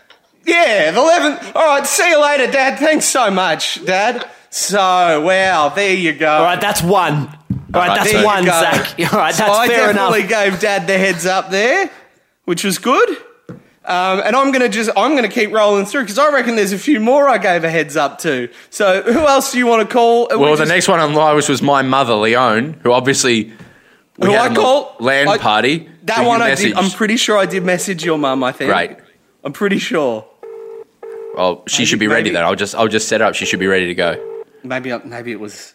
Speaker 4: yeah, the eleventh. All right, see you later, Dad. Thanks so much, Dad. So wow, there you go.
Speaker 3: All right, that's one. All right, that's
Speaker 4: there you
Speaker 3: one,
Speaker 4: go.
Speaker 3: Zach. All right, that's
Speaker 4: So I
Speaker 3: fair enough.
Speaker 4: definitely gave Dad the heads up there, which was good. Um, and I'm gonna just I'm gonna keep rolling through because I reckon there's a few more I gave a heads up to. So who else do you want to call? We
Speaker 5: Well, the
Speaker 4: just-
Speaker 5: next one on live, which was my mother, Leone, who obviously we
Speaker 4: Who
Speaker 5: had
Speaker 4: I
Speaker 5: on the
Speaker 4: call-
Speaker 5: land
Speaker 4: I-
Speaker 5: party.
Speaker 4: that
Speaker 5: you
Speaker 4: one I did.
Speaker 5: messaged.
Speaker 4: I'm pretty sure I did message your mum. I think.
Speaker 5: Great.
Speaker 4: I'm pretty sure.
Speaker 5: Well, Oh, she should be
Speaker 4: Maybe-
Speaker 5: ready
Speaker 4: maybe-
Speaker 5: then. I'll just I'll just set her up. She should be ready to go.
Speaker 4: Maybe I- maybe it was.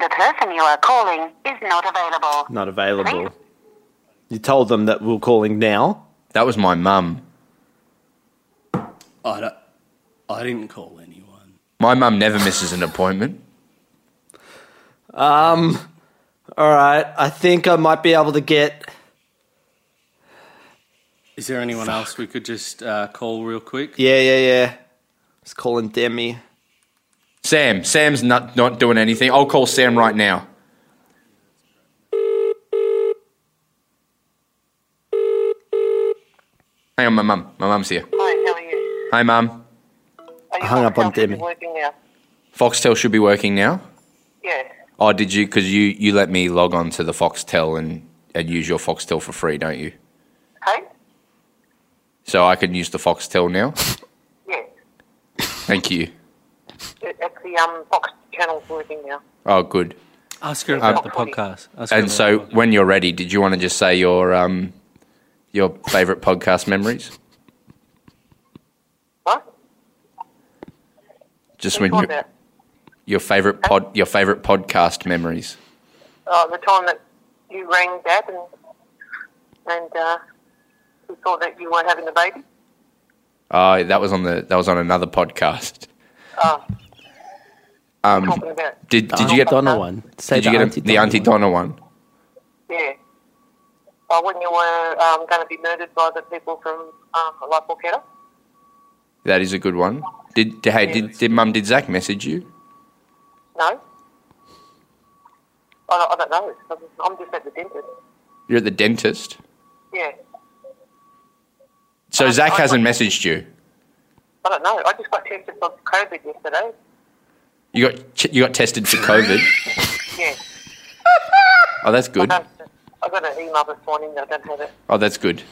Speaker 8: The person you are calling is not available.
Speaker 3: Not available. You told them that we're calling now.
Speaker 5: That was my mum.
Speaker 4: I don't. I didn't call anyone.
Speaker 5: My mum never misses an appointment.
Speaker 3: Um, All right, I think I might be able to get.
Speaker 4: Is there anyone else we could just uh, call real quick?
Speaker 3: Yeah, yeah, yeah. Let's call him Demi.
Speaker 5: Sam, Sam's not not doing anything. I'll call Sam right now. Hang on, my mum. My mum's here.
Speaker 6: Hi, how are you?
Speaker 5: Hi, mum.
Speaker 6: Are you
Speaker 3: hung up on
Speaker 6: Foxtel
Speaker 3: Demi.
Speaker 6: Working now?
Speaker 5: Foxtel should be working now.
Speaker 6: Yeah.
Speaker 5: Oh, did you? Because you you let me log on to the Foxtel and and use your Foxtel for free, don't you?
Speaker 6: Hey?
Speaker 5: So I can use the Foxtel now.
Speaker 6: Yeah.
Speaker 5: Thank you.
Speaker 6: It- It's the um, Fox channel's working now.
Speaker 5: Oh, good.
Speaker 4: Ask her about
Speaker 5: Um,
Speaker 4: the podcast. Ask her
Speaker 5: And
Speaker 4: about
Speaker 5: so
Speaker 4: the podcast.
Speaker 5: when you're ready, did you want to just say your um your favorite podcast memories?
Speaker 6: What?
Speaker 5: Just
Speaker 6: What
Speaker 5: when
Speaker 6: do you
Speaker 5: you,
Speaker 6: want that?
Speaker 5: your favorite pod your favorite podcast memories.
Speaker 6: Oh, the time that you rang Dad and and uh, he thought that you were having a baby.
Speaker 5: Oh, that was on the that was on another podcast.
Speaker 6: Oh,
Speaker 5: Um,
Speaker 6: talking about
Speaker 5: did did you get
Speaker 3: Donna one? Say
Speaker 5: did you get a, the Auntie Donna one?
Speaker 6: yeah. Oh, when you were um, going to be murdered by the people from um, La Porchetta.
Speaker 5: That is a good one. Did hey did, did Mum did Zach message you?
Speaker 6: No. I don't, I don't know. I'm just- I'm just at the dentist.
Speaker 5: You're at the dentist.
Speaker 6: Yeah.
Speaker 5: So Zach
Speaker 6: I-
Speaker 5: hasn't messaged you.
Speaker 6: I don't know. I just got tested for COVID yesterday.
Speaker 5: You got ch- you got tested for COVID.
Speaker 6: Yeah.
Speaker 5: Oh, that's good.
Speaker 6: I got an email this morning that I don't have it.
Speaker 5: Oh, that's good.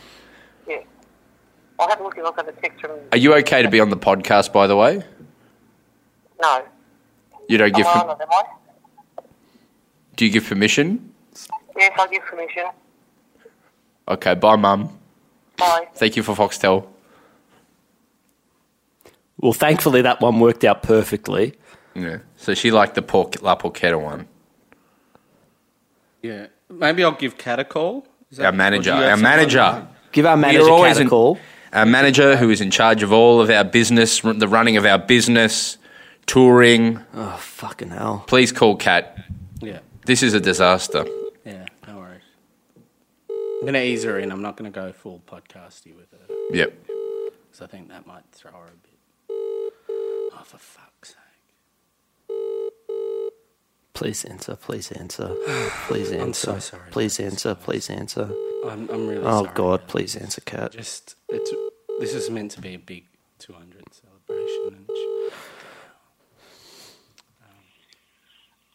Speaker 6: Yeah. I'll have a look if I've got a text from.
Speaker 5: Are you okay to be on the podcast? By the way,
Speaker 6: No.
Speaker 5: you don't give
Speaker 6: I'm
Speaker 5: per-
Speaker 6: on am I?
Speaker 5: do you give permission?
Speaker 6: Yes, I'll give permission.
Speaker 5: Okay, bye, Mum.
Speaker 6: Bye.
Speaker 5: Thank you for Foxtel.
Speaker 3: Well, thankfully that one worked out perfectly.
Speaker 5: Yeah. So she liked the pork La Porchetta one.
Speaker 4: yeah, maybe I'll give Kat a call. Is that-
Speaker 5: Our
Speaker 4: or do
Speaker 5: manager.
Speaker 4: you have
Speaker 5: Our
Speaker 4: someone-
Speaker 5: manager.
Speaker 3: Give our manager
Speaker 5: always
Speaker 3: Kat a
Speaker 5: in-
Speaker 3: call.
Speaker 5: Our manager who is in charge of all of our business, r- the running of our business, touring.
Speaker 3: Oh fucking hell!
Speaker 5: Please call Kat.
Speaker 4: Yeah,
Speaker 5: This is a disaster.
Speaker 4: yeah, no worries. I'm gonna ease her in. I'm not gonna go full podcasty with her
Speaker 5: Yep.
Speaker 4: because I think that might throw her a bit. Oh, for fuck's sake!
Speaker 3: Please answer. Please answer. Please answer.
Speaker 4: so sorry.
Speaker 3: Please answer. Please answer.
Speaker 4: I'm, I'm really
Speaker 3: Oh
Speaker 4: sorry.
Speaker 3: god! Please answer, Kat.
Speaker 4: Just it's this is meant to be a big 200 celebration. And sh-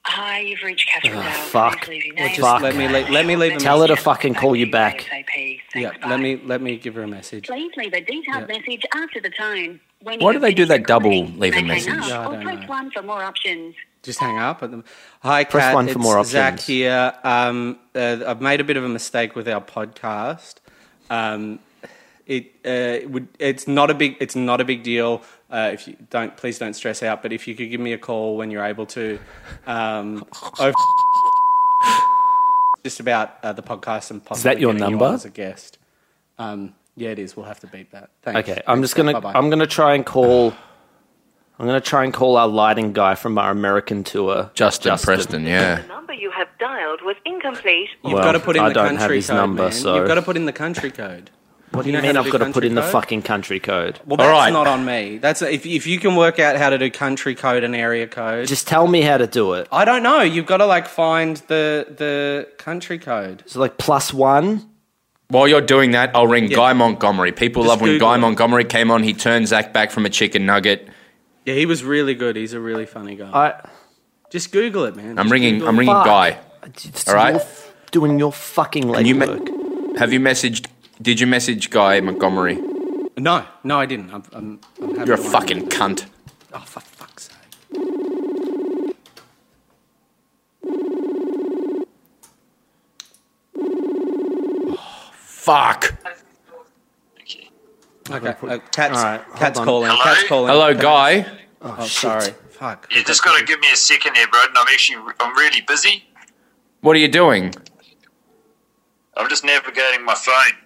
Speaker 8: Hi, you've reached
Speaker 5: Ah,
Speaker 8: Catherine Dale.
Speaker 3: fuck.
Speaker 8: Please leave your
Speaker 3: Well,
Speaker 8: name.
Speaker 3: just Fuck.
Speaker 4: Let me let, let me leave a
Speaker 3: Tell her
Speaker 4: message.
Speaker 3: to fucking call you back.
Speaker 8: ASAP.
Speaker 4: Yeah,
Speaker 8: Thanks, bye.
Speaker 4: let me let me give her a message.
Speaker 8: Please leave a detailed message after the tone. When
Speaker 5: Why
Speaker 8: you
Speaker 5: do
Speaker 8: have
Speaker 5: they do
Speaker 8: finished
Speaker 5: that double
Speaker 8: recording,
Speaker 5: leave a
Speaker 8: hang
Speaker 5: message?
Speaker 8: up
Speaker 4: Yeah, I
Speaker 8: or
Speaker 4: don't
Speaker 8: press
Speaker 4: know.
Speaker 8: one for more options.
Speaker 4: Just hang up. At the, Hi,
Speaker 3: Press
Speaker 4: Kat,
Speaker 3: one for
Speaker 4: it's
Speaker 3: more
Speaker 4: Zach
Speaker 3: options.
Speaker 4: here. Um, uh, I've made a bit of a mistake with our podcast. Um, it uh, would it's not a big it's not a big deal. Uh, if you don't, please don't stress out. But if you could give me a call when you're able to, um, oh, just about uh, the podcast and possibly
Speaker 3: that your
Speaker 4: getting you
Speaker 3: number?
Speaker 4: on as a guest. Um, Yeah, it is. We'll have to beat that. Thanks.
Speaker 3: Okay, I'm just gonna
Speaker 4: Bye-bye.
Speaker 3: I'm gonna try and call. I'm gonna try and call our lighting guy from our American tour,
Speaker 5: Justin, Preston, yeah.
Speaker 11: The number you have dialed was incomplete.
Speaker 4: You've
Speaker 3: Well,
Speaker 4: got to put in
Speaker 3: I
Speaker 4: the
Speaker 3: don't
Speaker 4: country
Speaker 3: have his
Speaker 4: code,
Speaker 3: number,
Speaker 4: man.
Speaker 3: so-
Speaker 4: You've got to put in the country code.
Speaker 3: What do you,
Speaker 4: You know
Speaker 3: mean?
Speaker 4: how to
Speaker 3: I've
Speaker 4: do
Speaker 3: got to put
Speaker 4: country
Speaker 3: in the
Speaker 4: code?
Speaker 3: fucking country code.
Speaker 4: Well, that's
Speaker 5: right.
Speaker 4: not on me. That's if if you can work out how to do country code and area code.
Speaker 3: Just tell me how to do it.
Speaker 4: I don't know. You've got to like find the the country code.
Speaker 3: So like plus one.
Speaker 5: While you're doing that, I'll ring
Speaker 4: Yeah.
Speaker 5: Guy Montgomery. People
Speaker 4: Just
Speaker 5: love when
Speaker 4: Google
Speaker 5: Guy
Speaker 4: it.
Speaker 5: Montgomery came on. He turned Zach back from a chicken nugget.
Speaker 4: Yeah, he was really good. He's a really funny guy.
Speaker 3: I.
Speaker 4: Just Google it, man.
Speaker 5: I'm
Speaker 4: Just
Speaker 5: ringing.
Speaker 4: Google
Speaker 5: I'm
Speaker 4: it.
Speaker 5: ringing
Speaker 3: Fuck.
Speaker 5: Guy.
Speaker 3: It's
Speaker 5: All right.
Speaker 3: your f- doing your fucking legwork.
Speaker 5: You me- have you messaged? Did you message Guy Montgomery?
Speaker 4: No, no, I didn't. I'm, I'm, I'm happy
Speaker 5: You're a
Speaker 4: to-
Speaker 5: fucking cunt.
Speaker 4: Oh, for fuck's sake.
Speaker 5: Oh, Fuck.
Speaker 4: Okay, uh, cat's,
Speaker 3: All right, hold
Speaker 4: cat's
Speaker 3: on.
Speaker 4: calling.
Speaker 6: Hello?
Speaker 4: Cat's calling.
Speaker 5: Hello, Guy.
Speaker 4: Oh, sorry. Fuck.
Speaker 6: You just got to give me a second here, Broden. I'm actually I'm really busy.
Speaker 5: What are you doing?
Speaker 6: I'm just navigating my phone.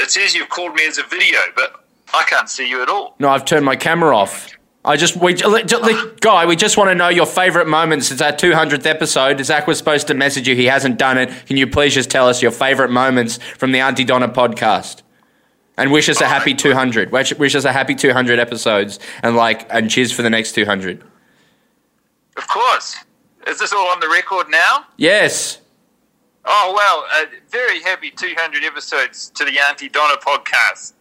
Speaker 6: It says you've called me as a video, but I can't see you at all.
Speaker 5: No, I've turned my camera off. I just we ju- ju- li- Guy. We just want to know your favourite moments since our 200th episode. Zach was supposed to message you. He hasn't done it. Can you please just tell us your favourite moments from the Auntie Donna podcast? And wish us a happy 200. Wish, wish us a happy 200 episodes. And like and cheers for the next 200.
Speaker 6: Of course. Is this all on the record now?
Speaker 5: Yes.
Speaker 6: Oh, well, uh, very happy 200 episodes to the Auntie Donna podcast.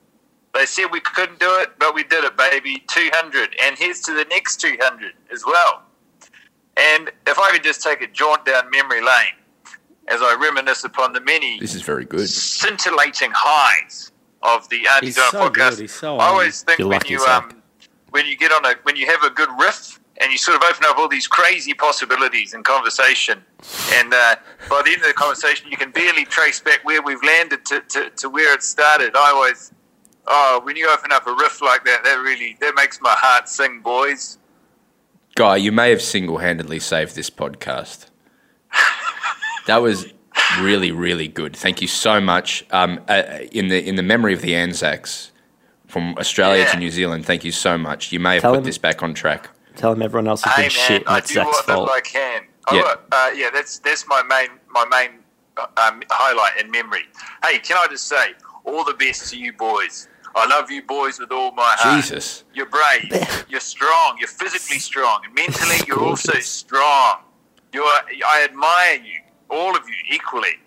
Speaker 6: They said we couldn't do it, but we did it, baby. 200. And here's to the next 200 as well. And if I could just take a jaunt down memory lane as I reminisce upon the many
Speaker 5: This is very good.
Speaker 6: scintillating highs of the Andy
Speaker 4: He's
Speaker 6: Dunn
Speaker 4: so
Speaker 6: podcast.
Speaker 4: good, he's so
Speaker 6: I always think
Speaker 3: You're
Speaker 6: when
Speaker 3: lucky,
Speaker 6: you
Speaker 3: Zach.
Speaker 6: um, when you get on a when you have a good riff and you sort of open up all these crazy possibilities in conversation, and uh, by the end of the conversation, you can barely trace back where we've landed to, to, to where it started. I always oh, when you open up a riff like that, that really that makes my heart sing, boys.
Speaker 5: Guy, you may have single handedly saved this podcast. that was really, really good. Thank you so much. Um, uh, in the in the memory of the Anzacs from Australia to
Speaker 6: Yeah.
Speaker 5: New Zealand, thank you so much. You may have
Speaker 3: Tell
Speaker 5: put
Speaker 3: him-
Speaker 5: this back on track.
Speaker 3: Tell him everyone else is
Speaker 6: Hey
Speaker 3: doing
Speaker 6: man,
Speaker 3: shit. and
Speaker 6: I
Speaker 3: That's
Speaker 6: do
Speaker 3: Zach's
Speaker 6: what little
Speaker 3: fault.
Speaker 6: I can. Oh,
Speaker 5: Yeah.
Speaker 6: look, uh, yeah, that's that's my main my main um, highlight in memory. Hey, can I just say all the best to you boys? I love you boys with all my heart.
Speaker 5: Jesus.
Speaker 6: You're brave. You're strong. You're physically strong. And mentally, you're also strong. You are. I admire you, all of you, equally.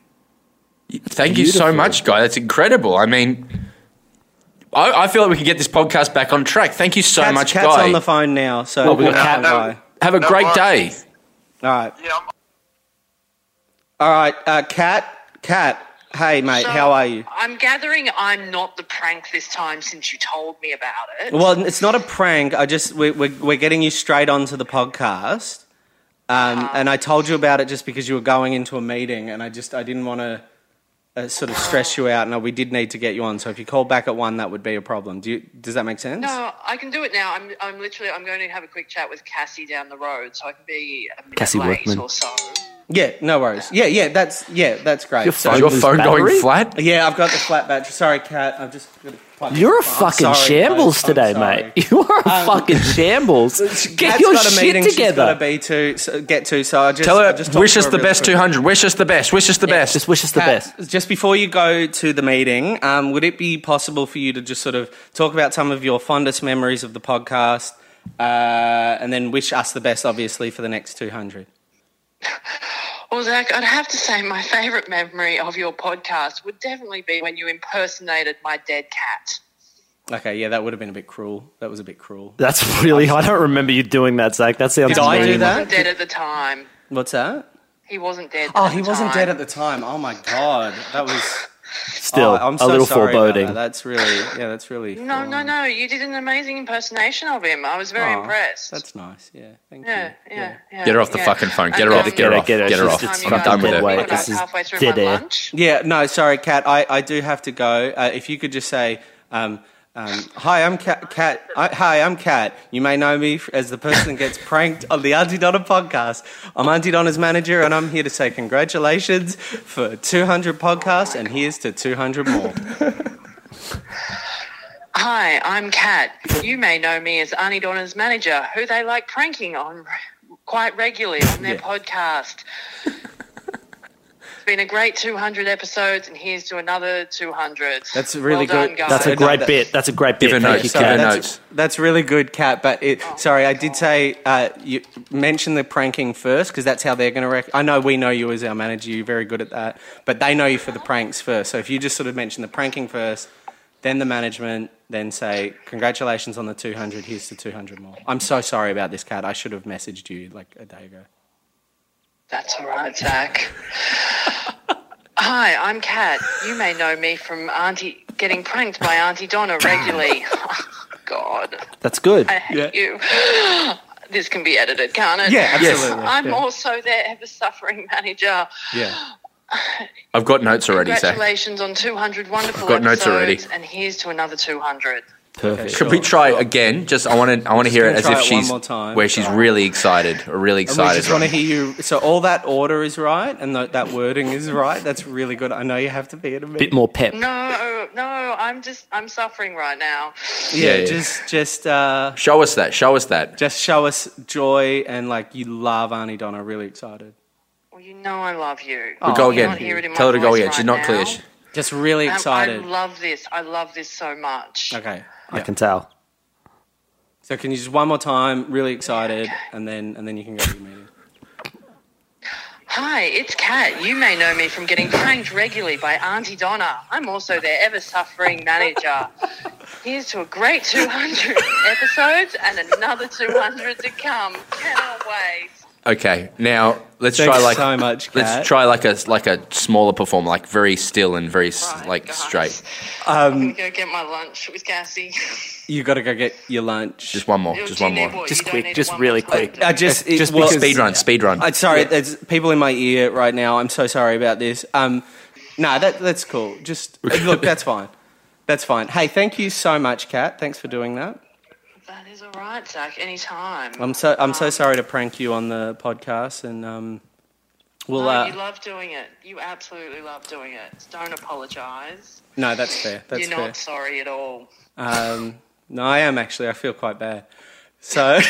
Speaker 5: Thank you so much, Guy. That's incredible. I mean, I, I feel like we can get this podcast back on track. Thank you so
Speaker 4: Cat's,
Speaker 5: much,
Speaker 4: cat's
Speaker 5: Guy.
Speaker 4: on the phone now, so
Speaker 3: Well, we got
Speaker 4: we'll
Speaker 3: Cat-
Speaker 4: have Guy.
Speaker 5: have a
Speaker 6: No
Speaker 5: great day.
Speaker 6: worries.
Speaker 4: All right.
Speaker 6: Yeah, I'm,
Speaker 4: All right, uh, Cat, Cat, hey mate,
Speaker 11: So,
Speaker 4: how are you?
Speaker 11: I'm gathering I'm not the prank this time since you told me about it.
Speaker 4: Well, it's not a prank. I just we're we're, we're getting you straight onto the podcast, um,
Speaker 6: Uh-huh.
Speaker 4: and I told you about it just because you were going into a meeting, and I just I didn't want to uh, sort of stress you out. No, we did need to get you on. So if you call back at one, that would be a problem. Do you, does that make sense?
Speaker 11: No, I can do it now. I'm, I'm literally I'm going to have a quick chat with Cassie down the road, so I can be um, a minute
Speaker 3: Cassie
Speaker 11: late
Speaker 3: Workman.
Speaker 11: or so.
Speaker 4: Yeah, no worries. Yeah, yeah, that's yeah, that's great.
Speaker 3: Your
Speaker 4: So-
Speaker 5: Is your
Speaker 3: Lose
Speaker 5: phone
Speaker 3: battery?
Speaker 5: going flat?
Speaker 4: yeah, I've got the flat battery. Sorry, Cat, I've just got to plug it.
Speaker 3: You're a
Speaker 4: I'm sorry,
Speaker 3: fucking shambles
Speaker 4: guys. I'm
Speaker 3: today,
Speaker 4: sorry.
Speaker 3: mate. You are a fucking shambles. Get
Speaker 4: Cat's
Speaker 3: your
Speaker 4: got a
Speaker 3: shit
Speaker 4: meeting She's got
Speaker 3: together.
Speaker 4: to be to so, get to. So I just
Speaker 5: Tell
Speaker 4: I
Speaker 5: her,
Speaker 4: just talked
Speaker 5: wish
Speaker 4: to
Speaker 5: us
Speaker 4: her
Speaker 5: the
Speaker 4: really
Speaker 5: best
Speaker 4: quick.
Speaker 5: 200. Wish us the best. Wish us the best.
Speaker 3: Just wish us the best.
Speaker 4: Kat, Just before you go to the meeting, um, would it be possible for you to just sort of talk about some of your fondest memories of the podcast, uh, and then wish us the best, obviously, for the next two hundred?
Speaker 11: Well, Zach, I'd have to say my favourite memory of your podcast would definitely be when you impersonated my dead cat.
Speaker 4: Okay, yeah, that would have been a bit cruel. That was a bit cruel.
Speaker 3: That's really. I don't remember you doing that, Zach. That sounds.
Speaker 4: Did I
Speaker 3: mean.
Speaker 4: do
Speaker 11: He
Speaker 4: that?
Speaker 11: wasn't dead at the time.
Speaker 4: What's that?
Speaker 11: He wasn't dead.
Speaker 4: Oh,
Speaker 11: at
Speaker 4: he
Speaker 11: the
Speaker 4: wasn't
Speaker 11: time.
Speaker 4: dead at the time. Oh my god, that was.
Speaker 3: Still,
Speaker 4: Oh, I'm
Speaker 3: a
Speaker 4: so
Speaker 3: little
Speaker 4: sorry about
Speaker 3: foreboding.
Speaker 4: that. That's really, yeah, that's really.
Speaker 11: No, no, no. You did an amazing impersonation of him. I was very
Speaker 4: Aw,
Speaker 11: impressed.
Speaker 4: Oh, That's nice. Yeah, thank
Speaker 11: yeah,
Speaker 4: you.
Speaker 11: yeah, yeah.
Speaker 5: Get her off the
Speaker 11: yeah.
Speaker 5: fucking phone. Get her
Speaker 11: And,
Speaker 5: off.
Speaker 11: um,
Speaker 5: Get her off.
Speaker 3: Get her,
Speaker 5: Get her off.
Speaker 3: she's-
Speaker 11: Time
Speaker 3: it's
Speaker 11: you
Speaker 5: I'm
Speaker 11: guys
Speaker 5: done
Speaker 11: talked
Speaker 5: with
Speaker 3: dead
Speaker 5: her.
Speaker 11: about
Speaker 3: weight. This is
Speaker 11: halfway through
Speaker 3: dead
Speaker 11: my
Speaker 3: air.
Speaker 11: lunch.
Speaker 4: Yeah, no, sorry, Kat. I, I do have to go. Uh, if you could just say, um, um, hi, I'm Kat. Kat I, hi, I'm Kat. You may know me f- as the person that gets pranked on the Auntie Donna podcast. I'm Auntie Donna's manager, and I'm here to say congratulations for 200 podcasts, and here's to 200 more.
Speaker 11: Hi, I'm Kat. You may know me as Arnie Donna's manager, who they like pranking on quite regularly on their
Speaker 7: Yeah.
Speaker 11: podcast. it's been a great 200 episodes, and here's to another 200.
Speaker 3: That's a really
Speaker 11: well Done,
Speaker 3: good.
Speaker 11: guys.
Speaker 3: That's a great bit. That's a great
Speaker 5: Give
Speaker 3: bit.
Speaker 5: her
Speaker 3: Thank
Speaker 5: notes,
Speaker 3: you,
Speaker 5: give her
Speaker 3: Kat.
Speaker 5: notes.
Speaker 3: That's,
Speaker 4: That's really good, Kat. But it, sorry, I did say uh, you mention the pranking first because that's how they're going to. Rec- I know we know you as our manager. You're very good at that, but they know you for the pranks first. So if you just sort of mention the pranking first, then the management, then say congratulations on the 200. Here's to 200 more. I'm so sorry about this, Kat. I should have messaged you like a day ago.
Speaker 11: That's all right, Zach. Hi, I'm Kat. You may know me from Auntie getting pranked by Auntie Donna regularly. Oh, God.
Speaker 3: that's good.
Speaker 11: I hate you. This can be edited, can't it?
Speaker 5: Yeah, Yes. absolutely.
Speaker 11: I'm
Speaker 5: Yeah.
Speaker 11: also their ever suffering manager.
Speaker 5: Yeah. I've got notes already, Zach.
Speaker 11: Congratulations on 200 wonderful
Speaker 5: I've got notes
Speaker 11: episodes,
Speaker 5: already.
Speaker 11: and here's to another 200.
Speaker 3: Perfect.
Speaker 5: Could we try again? Just I want to. I want to
Speaker 4: Just
Speaker 5: hear it
Speaker 4: gonna try
Speaker 5: as if
Speaker 4: it one
Speaker 5: she's
Speaker 4: more time.
Speaker 5: where she's really excited, or really
Speaker 4: And we
Speaker 5: excited.
Speaker 4: just want to
Speaker 5: right?
Speaker 4: hear you. So all that order is right, and that that wording is right. That's really good. I know you have to be at a
Speaker 3: bit more pep.
Speaker 11: No, no, I'm just, I'm suffering right now.
Speaker 4: Yeah, just just uh,
Speaker 5: show us that. Show us that.
Speaker 4: Just show us joy and like you love Arnie Donna. Really excited.
Speaker 11: Well, you know I love you.
Speaker 4: We'll
Speaker 11: Oh, You
Speaker 4: go
Speaker 11: can't
Speaker 4: again.
Speaker 11: hear it in my
Speaker 4: Tell her to go
Speaker 11: voice
Speaker 4: again. She's not
Speaker 11: right
Speaker 4: clear.
Speaker 11: now.
Speaker 4: Just really
Speaker 11: Um,
Speaker 4: excited.
Speaker 11: I love this. I love this so much.
Speaker 4: okay.
Speaker 3: I can tell.
Speaker 4: So can you just one more time? Really excited, and then and then you can go to your meeting.
Speaker 11: Hi, it's Kat. You may know me from getting pranked regularly by Auntie Donna. I'm also their ever suffering manager. Here's to a great 200 episodes and another 200 to come. Cannot wait.
Speaker 5: Okay. Now let's
Speaker 4: Thanks
Speaker 5: try like
Speaker 4: so much, Kat.
Speaker 5: let's try like a like a smaller performer, like very still and very s like straight.
Speaker 11: I'm
Speaker 4: Um,
Speaker 11: going to go get my lunch with Cassie.
Speaker 4: you got to go get your lunch.
Speaker 5: Just one more.
Speaker 11: Ew,
Speaker 5: Just
Speaker 11: do you
Speaker 5: one
Speaker 11: need
Speaker 5: more.
Speaker 11: what? Just You don't quick, need
Speaker 4: just really quick. I just it
Speaker 5: just
Speaker 4: was-
Speaker 5: speed run. Speed run.
Speaker 4: I'm sorry,
Speaker 5: Yeah.
Speaker 4: there's people in my ear right now. I'm so sorry about this. Um, no, that that's cool. Just look, that's fine. That's fine. Hey, thank you so much, Kat. Thanks for doing that.
Speaker 11: That is all right, Zach. Anytime.
Speaker 4: I'm so I'm
Speaker 3: Um,
Speaker 4: so sorry to prank you on the podcast, and um, we'll
Speaker 11: no,
Speaker 4: uh,
Speaker 11: you love doing it. You absolutely love doing it. Don't apologise.
Speaker 4: no, that's fair. That's
Speaker 11: You're
Speaker 4: fair.
Speaker 11: not sorry at all.
Speaker 4: Um, no, I am actually. I feel quite bad. So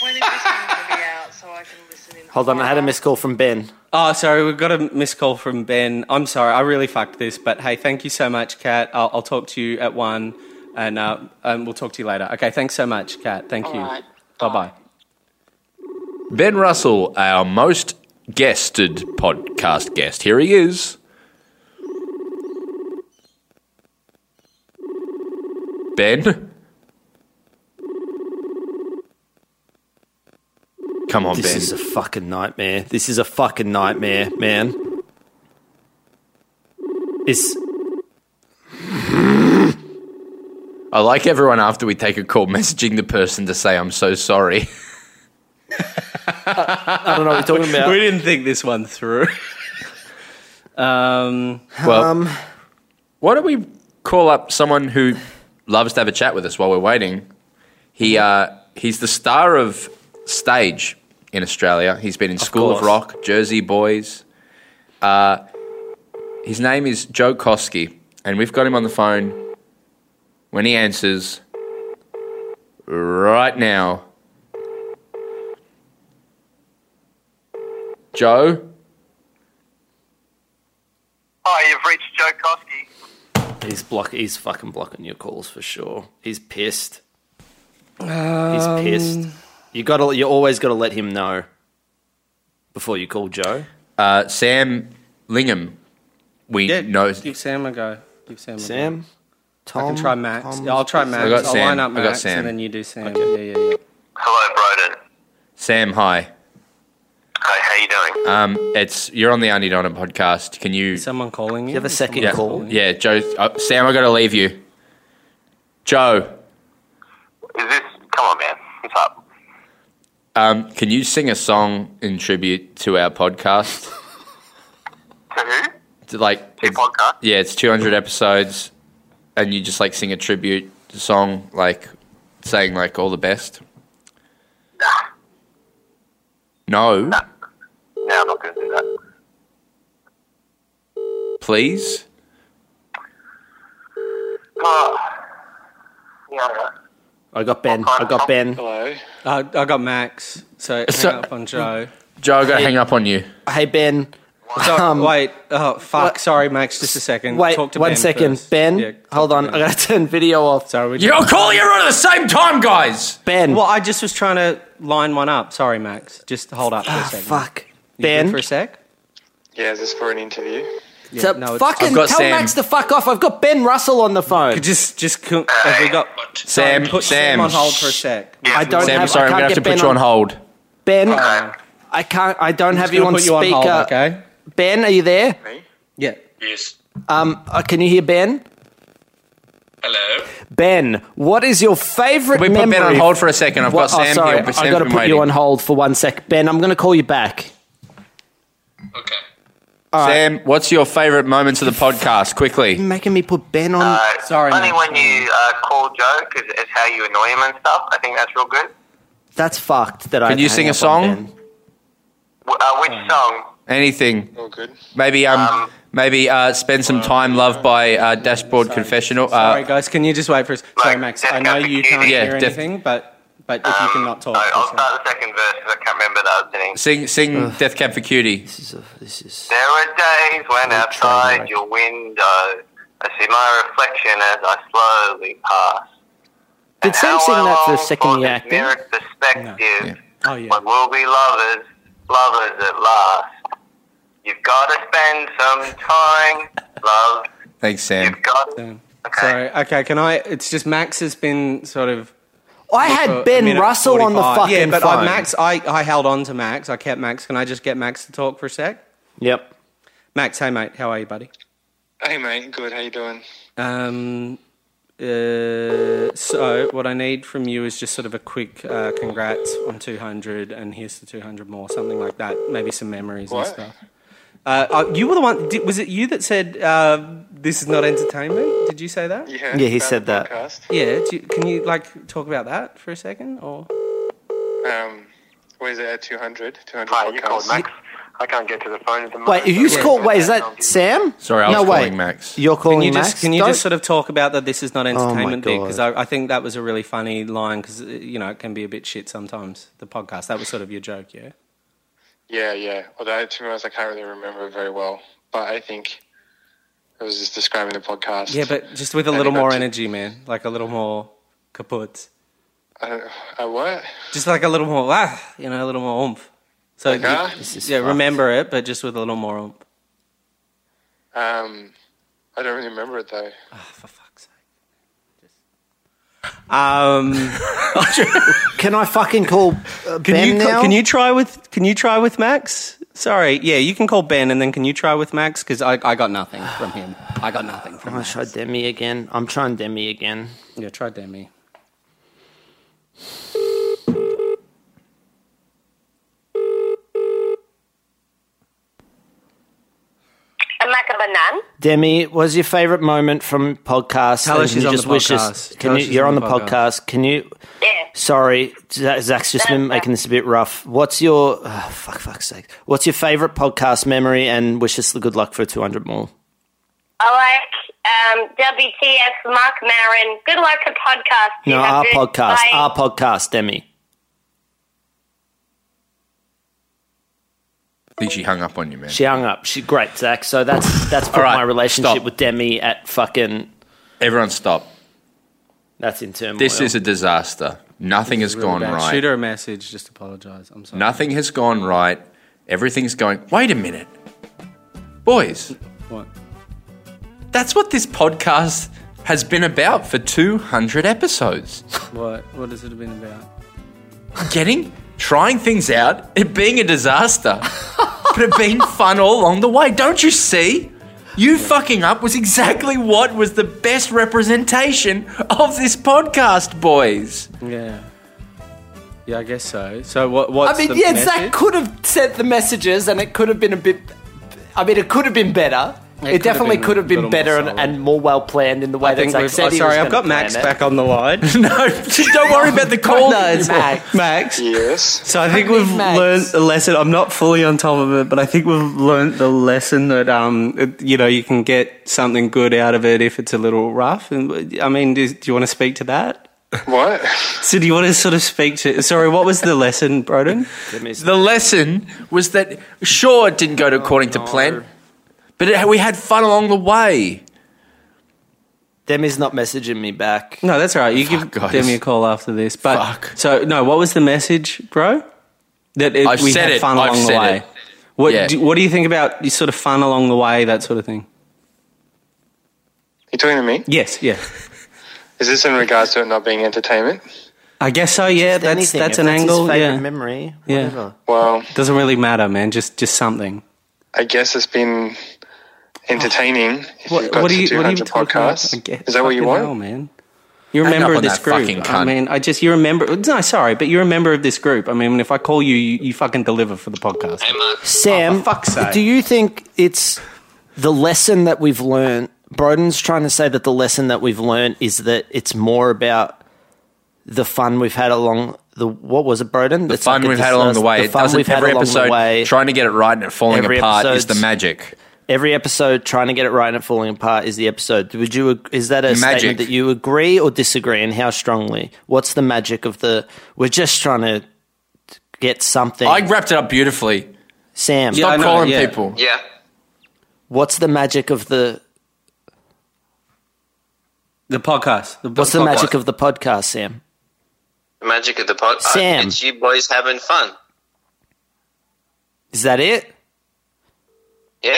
Speaker 11: When is this going to be out so I can listen in?
Speaker 3: Hold on, I had a missed call from Ben.
Speaker 4: Oh, sorry, we've got a missed call from Ben. I'm sorry, I really fucked this, but hey, thank you so much, Kat. I'll, I'll talk to you at one, and uh, um, we'll talk to you later. Okay, thanks so much, Kat. Thank you.
Speaker 11: Alright.
Speaker 4: Bye bye.
Speaker 5: Ben Russell, our most guested podcast guest. Here he is. Ben? Come on,
Speaker 3: this
Speaker 5: Ben.
Speaker 3: is a fucking nightmare. This is a fucking nightmare, man. Is
Speaker 5: I like everyone after we take a call messaging the person to say, I'm so sorry.
Speaker 3: I don't know what you're talking about.
Speaker 4: We didn't think this one through. um,
Speaker 5: Well, why don't we call up someone who loves to have a chat with us while we're waiting? He uh, he's the star of stage in Australia. He's been in School of
Speaker 3: course.
Speaker 5: Rock, Jersey Boys. Uh, his name is Joe Koski, and we've got him on the phone. When he answers, right now, Joe.
Speaker 12: Hi, you've reached Joe Koski.
Speaker 3: he's block? He's fucking blocking your calls for sure. He's pissed. He's
Speaker 4: um,
Speaker 3: pissed. You got to. You always got to let him know before you call Joe.
Speaker 5: Uh, Sam Lingham, we know.
Speaker 4: Give Sam a go. Give Sam. A
Speaker 3: Sam?
Speaker 4: Go. I can try Max.
Speaker 3: Tom-
Speaker 4: yeah, I'll try
Speaker 5: I
Speaker 4: Max.
Speaker 5: got
Speaker 4: will
Speaker 5: Sam.
Speaker 4: line up
Speaker 5: I got
Speaker 4: Max,
Speaker 5: Sam.
Speaker 4: and then you do Sam. Yeah, yeah, yeah.
Speaker 5: Sam, hi.
Speaker 12: Hey, how you doing?
Speaker 5: Um, it's you're on the Auntie Donna podcast. Can you?
Speaker 4: someone calling you?
Speaker 3: have a second
Speaker 5: yeah,
Speaker 3: call?
Speaker 5: Yeah, Joe. Uh, Sam, I got to leave you. Joe,
Speaker 12: Is this? Come on, man. What's up?
Speaker 5: um, can you sing a song in tribute to our podcast?
Speaker 12: To who?
Speaker 5: To, like it's- Yeah, it's 200 episodes, and you just like sing a tribute song, like saying like all the best. No.
Speaker 12: No, I'm not going to do that.
Speaker 5: Please.
Speaker 12: Oh,
Speaker 3: I got Ben. I got Ben.
Speaker 13: Hello.
Speaker 4: Uh, I got Max. So hang
Speaker 3: So-
Speaker 4: up on Joe.
Speaker 5: Joe, I got to
Speaker 4: Hey-
Speaker 5: hang up on you.
Speaker 3: Hey Ben. Um,
Speaker 4: So, wait. Oh fuck. Sorry, Max. Just a second.
Speaker 3: Wait,
Speaker 4: Talk to
Speaker 3: one
Speaker 4: ben
Speaker 3: second.
Speaker 4: first.
Speaker 3: Ben, hold on. I gotta turn video off.
Speaker 4: Sorry, we
Speaker 5: You're calling everyone at the same time, guys.
Speaker 3: Ben.
Speaker 4: Well, I just was trying to line one up. Sorry, Max. Just hold up for a second.
Speaker 3: Ah, fuck.
Speaker 4: You good
Speaker 3: Ben?
Speaker 4: for a sec.
Speaker 13: Yeah, is this for an interview?
Speaker 4: Yeah,
Speaker 3: so
Speaker 4: no, it's-
Speaker 3: fucking
Speaker 4: I've
Speaker 3: tell
Speaker 4: got Sam.
Speaker 3: Max to fuck off. I've got Ben Russell on the phone.
Speaker 4: Just, just co- have we got
Speaker 5: Sam,
Speaker 4: Put
Speaker 5: Sam.
Speaker 4: on hold for a sec.
Speaker 3: I don't
Speaker 5: Sam,
Speaker 3: have.
Speaker 5: sorry,
Speaker 3: I
Speaker 5: I'm
Speaker 3: can't
Speaker 5: gonna have
Speaker 3: get
Speaker 5: to
Speaker 3: ben
Speaker 5: put you on hold.
Speaker 3: Ben,
Speaker 4: Uh,
Speaker 3: I can't. I don't
Speaker 4: I'm
Speaker 3: have
Speaker 4: just
Speaker 3: you
Speaker 4: gonna
Speaker 3: on
Speaker 4: put
Speaker 3: speaker.
Speaker 4: You on hold, okay.
Speaker 3: Ben, are you there?
Speaker 4: Yeah.
Speaker 13: Yes.
Speaker 3: Um, uh, can you hear Ben?
Speaker 13: Hello.
Speaker 3: Ben, what is your favourite
Speaker 5: Can we
Speaker 3: memory?
Speaker 5: put Ben on hold for a second? I've
Speaker 3: What-
Speaker 5: got
Speaker 3: oh,
Speaker 5: Sam
Speaker 3: sorry,
Speaker 5: here, but
Speaker 3: I've
Speaker 5: Sam's
Speaker 3: got to
Speaker 5: been
Speaker 3: put you
Speaker 5: waiting.
Speaker 3: on hold for one sec. Ben, I'm going to call you back.
Speaker 5: Sam, what's your favourite moments of the podcast? Quickly.
Speaker 3: You're making me put Ben on.
Speaker 4: Sorry,
Speaker 14: Only when you uh, call Joe because it's how you annoy him and stuff. I think that's real good.
Speaker 3: That's fucked. That I.
Speaker 5: Can you
Speaker 3: hang
Speaker 5: sing a
Speaker 3: up on Ben.
Speaker 5: song?
Speaker 14: W- uh,
Speaker 4: Mm.
Speaker 14: which song?
Speaker 5: Anything?
Speaker 13: All good.
Speaker 5: Maybe um, maybe uh, spend some time, love by uh, Dashboard Confessional.
Speaker 4: Sorry,
Speaker 5: Uh,
Speaker 4: guys. Can you just wait for us? Sorry, Max. I know you can't
Speaker 5: Yeah,
Speaker 4: hear
Speaker 5: def-
Speaker 4: anything, but but if you can not talk.
Speaker 14: I'll start the second verse 'cause I can't remember that I was singing.
Speaker 5: sing sing Death Cab for Cutie.
Speaker 14: There are days when outside your window I see my reflection as I slowly pass.
Speaker 3: Did Sam sing that for a second year acting?
Speaker 14: Mirrored perspective.
Speaker 4: Oh yeah.
Speaker 14: But we'll be lovers, lovers at last. You've got to spend some time, love.
Speaker 5: Thanks, Sam.
Speaker 4: Sorry. Okay. Can I? It's just Max has been sort of.
Speaker 3: I
Speaker 4: for
Speaker 3: had
Speaker 4: a
Speaker 3: Ben
Speaker 4: minute
Speaker 3: Russell on the
Speaker 4: 45.
Speaker 3: fucking
Speaker 4: yeah, but
Speaker 3: phone.
Speaker 4: I, Max, I, I held on to Max. I kept Max. Can I just get Max to talk for a sec?
Speaker 3: Yep.
Speaker 4: Max, hey mate, how are you, buddy?
Speaker 13: Hey, mate. Good. How you doing?
Speaker 4: Um, uh, so what I need from you is just sort of a quick uh, congrats on 200, and here's the 200 more, something like that. Maybe some memories
Speaker 13: What?
Speaker 4: and stuff. Uh, uh, you were the one. Did, was it you that said uh, this is not entertainment? Did you say that?
Speaker 13: Yeah.
Speaker 3: Yeah, he
Speaker 13: about
Speaker 3: said
Speaker 13: the
Speaker 3: that.
Speaker 13: podcast.
Speaker 4: Yeah. Do you, can you like talk about that for a second, or?
Speaker 13: Um, what is it at 200? 200
Speaker 14: Hi, you called
Speaker 13: podcasts.
Speaker 14: Max. I can't get to the phone at the moment.
Speaker 3: Wait, you just called. Wait, is that Sam?
Speaker 5: Sorry, I was
Speaker 3: no, wait.
Speaker 5: calling Max.
Speaker 3: You're calling
Speaker 4: Can you
Speaker 3: Max.
Speaker 4: just can you
Speaker 3: Don't- Oh
Speaker 4: just sort of talk about that? This is not
Speaker 3: my
Speaker 4: entertainment, dude, because
Speaker 3: God.
Speaker 4: I, I think that was a really funny line because you know it can be a bit shit sometimes. The podcast that was sort of your joke, yeah.
Speaker 13: Yeah, yeah. Although, to be honest, I can't really remember it very well. But I think it was just describing the podcast.
Speaker 4: Yeah, but just with a
Speaker 13: And it
Speaker 4: little
Speaker 13: got
Speaker 4: more
Speaker 13: to-
Speaker 4: energy, man. Like a little more kaput.
Speaker 13: I, I what?
Speaker 4: Just like a little more, ah, you know, a little more oomph. So
Speaker 13: Like, ah?
Speaker 4: you- yeah, remember it, but just with a little more oomph.
Speaker 13: Um, I don't really remember it though.
Speaker 4: Ah, Um,
Speaker 3: Can I fucking call uh,
Speaker 4: can
Speaker 3: Ben
Speaker 4: you
Speaker 3: now?
Speaker 4: can you try with can you try with Max? Sorry, yeah, you can call Ben, and then can you try with Max? Because I, I got nothing from him. I got nothing from.
Speaker 3: Oh, I tried Demi again. I'm trying Demi again.
Speaker 4: Yeah, try Demi.
Speaker 8: Like a banana.
Speaker 3: Demi, what's your favorite moment from podcast?
Speaker 4: Tell her
Speaker 3: And
Speaker 4: she's
Speaker 3: you
Speaker 4: on
Speaker 3: just
Speaker 4: the
Speaker 3: wish us-
Speaker 4: podcast. Tell
Speaker 3: Can
Speaker 4: her
Speaker 3: you,
Speaker 4: she's
Speaker 3: you're
Speaker 4: on
Speaker 3: on the
Speaker 4: the
Speaker 3: podcast. Can you?
Speaker 8: Yeah. Uh,
Speaker 3: Sorry, Zach- Zach's just been making this a bit rough. What's your oh, fuck? Fuck's sake. What's your favorite podcast memory? And wish us the good luck for 200 more.
Speaker 8: I like um, WTF Mark Marin. Good luck to podcast. You
Speaker 3: No, our
Speaker 8: have to-
Speaker 3: podcast.
Speaker 8: Bye.
Speaker 3: Our podcast, Demi.
Speaker 5: I think she hung up on you, man.
Speaker 3: She hung up. She great, Zach. So that's that's put
Speaker 5: All right,
Speaker 3: my relationship
Speaker 5: stop.
Speaker 3: with Demi at fucking.
Speaker 5: Everyone, stop.
Speaker 3: That's in turmoil.
Speaker 5: This is a disaster. Nothing has gone
Speaker 4: Bad.
Speaker 5: right.
Speaker 4: Shoot her a message. Just apologize. I'm sorry.
Speaker 5: Nothing has gone right. Everything's going. Wait a minute, boys.
Speaker 4: What?
Speaker 5: That's what this podcast has been about for 200 episodes.
Speaker 4: What? What has it been about?
Speaker 5: Getting, trying things out, it being a disaster, but it being fun all along the way. Don't you see? You fucking up was exactly what was the best representation of this podcast, boys.
Speaker 4: Yeah. Yeah, I guess so. So what? What's
Speaker 3: I mean,
Speaker 4: the
Speaker 3: yeah,
Speaker 4: message?
Speaker 3: Zach could have sent the messages, and it could have been a bit. I mean, it could have been better.
Speaker 4: It
Speaker 3: It,
Speaker 4: could have
Speaker 3: definitely
Speaker 4: been a
Speaker 3: could have been
Speaker 4: little
Speaker 3: better
Speaker 4: more
Speaker 3: and,
Speaker 4: solid.
Speaker 3: and more well planned in the way
Speaker 4: I think
Speaker 3: that Zach
Speaker 4: we've-
Speaker 3: said.
Speaker 4: oh,
Speaker 3: he
Speaker 4: sorry,
Speaker 3: was
Speaker 4: I've got
Speaker 3: gonna
Speaker 4: Max
Speaker 3: plan it.
Speaker 4: back on the line.
Speaker 5: no, don't worry about the call.
Speaker 4: no, it's
Speaker 3: Max.
Speaker 4: Max.
Speaker 13: Yes.
Speaker 4: So I think we've learned the lesson. I'm not fully on top of it, but I think we've learned the lesson that um, it- you know, you can get something good out of it if it's a little rough. And I mean, do, do you want to speak to that?
Speaker 13: What?
Speaker 4: So do you want to sort of speak to? Sorry, what was the lesson, Broden?
Speaker 5: The lesson was that sure it didn't go to according to plan, but it, we had fun along the way.
Speaker 3: Demi's not messaging me back.
Speaker 4: No, that's all right. You give
Speaker 3: guys.
Speaker 4: Demi a call after this. But so no, what was the message, bro? That it,
Speaker 5: I've
Speaker 4: we
Speaker 5: said
Speaker 4: had
Speaker 5: it.
Speaker 4: fun
Speaker 5: I've
Speaker 4: along the
Speaker 5: said
Speaker 4: way.
Speaker 5: it.
Speaker 4: What
Speaker 5: Yeah.
Speaker 4: do, What do you think about you sort of fun along the way, that sort of thing?
Speaker 13: You talking to me?
Speaker 4: Yes, yeah.
Speaker 13: Is this in regards to it not being entertainment?
Speaker 4: I guess so. Yeah, that's
Speaker 13: anything,
Speaker 4: that's
Speaker 13: if
Speaker 4: an
Speaker 13: that's his
Speaker 4: angle.
Speaker 13: favourite
Speaker 4: yeah,
Speaker 3: memory.
Speaker 4: Yeah.
Speaker 13: whatever. Well-
Speaker 4: doesn't really matter, man. Just just something.
Speaker 13: I guess it's been entertaining. If
Speaker 4: What-
Speaker 13: you've got
Speaker 4: what are
Speaker 13: to
Speaker 4: you- what are you
Speaker 13: 200
Speaker 4: talking about? I
Speaker 13: podcasts.
Speaker 4: guess.
Speaker 13: Is that what you
Speaker 4: Fucking
Speaker 13: want?
Speaker 4: hell, man. You're a
Speaker 13: Hang up
Speaker 4: member of
Speaker 13: on
Speaker 4: this
Speaker 13: that
Speaker 5: fucking
Speaker 4: group.
Speaker 5: cunt.
Speaker 4: I mean, I just you're a member. No, sorry, but you're a member of this group. I mean, if I call you, you, you fucking deliver for the podcast.
Speaker 3: Sam,
Speaker 4: Oh, for fuck's sake.
Speaker 3: do you think it's the lesson that we've learned? Broden's trying to say that the lesson that we've learned is that it's more about the fun we've had along the what was it, Broden?
Speaker 5: The fun we've had along the way. it doesn't, every episode, trying to get it right and it falling
Speaker 3: Every
Speaker 5: apart is the
Speaker 3: episode's-
Speaker 5: magic.
Speaker 3: Every episode, trying to get it right and falling apart is the episode. Would you? ag- Is that a
Speaker 5: Magic.
Speaker 3: statement that you agree or disagree, and how strongly? What's the magic of the? We're just trying to get something.
Speaker 5: I wrapped it up beautifully.
Speaker 3: Sam,
Speaker 5: Stop calling people.
Speaker 14: Yeah.
Speaker 3: What's the magic of the?
Speaker 4: The podcast. The
Speaker 3: what's the
Speaker 14: podcast.
Speaker 3: magic of the podcast, Sam?
Speaker 14: The magic of the pod. uh,
Speaker 3: Sam.
Speaker 14: It's you boys having fun.
Speaker 3: Is that it?
Speaker 14: Yeah.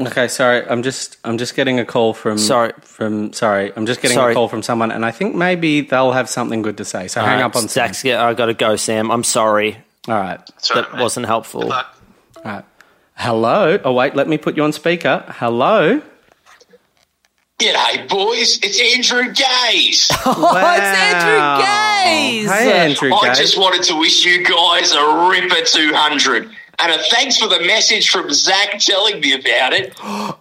Speaker 4: Okay, sorry. I'm just I'm just getting a call from
Speaker 3: Sorry.
Speaker 4: from sorry. I'm just getting
Speaker 3: Sorry.
Speaker 4: a call from someone, and I think maybe they'll have something good to say. So hang up on.
Speaker 3: Zach's. Yeah, I got to go, Sam. I'm sorry.
Speaker 4: All right,
Speaker 3: that wasn't helpful.
Speaker 4: All right. Hello. Oh wait, let me put you on speaker. Hello.
Speaker 15: G'day, boys. It's Andrew Gaze.
Speaker 4: Wow. Andrew
Speaker 15: Gaze.
Speaker 4: Hey, Andrew
Speaker 15: I
Speaker 4: Gaze.
Speaker 15: just wanted to wish you guys a ripper 200. And a thanks for the message from Zach telling me about it. Have a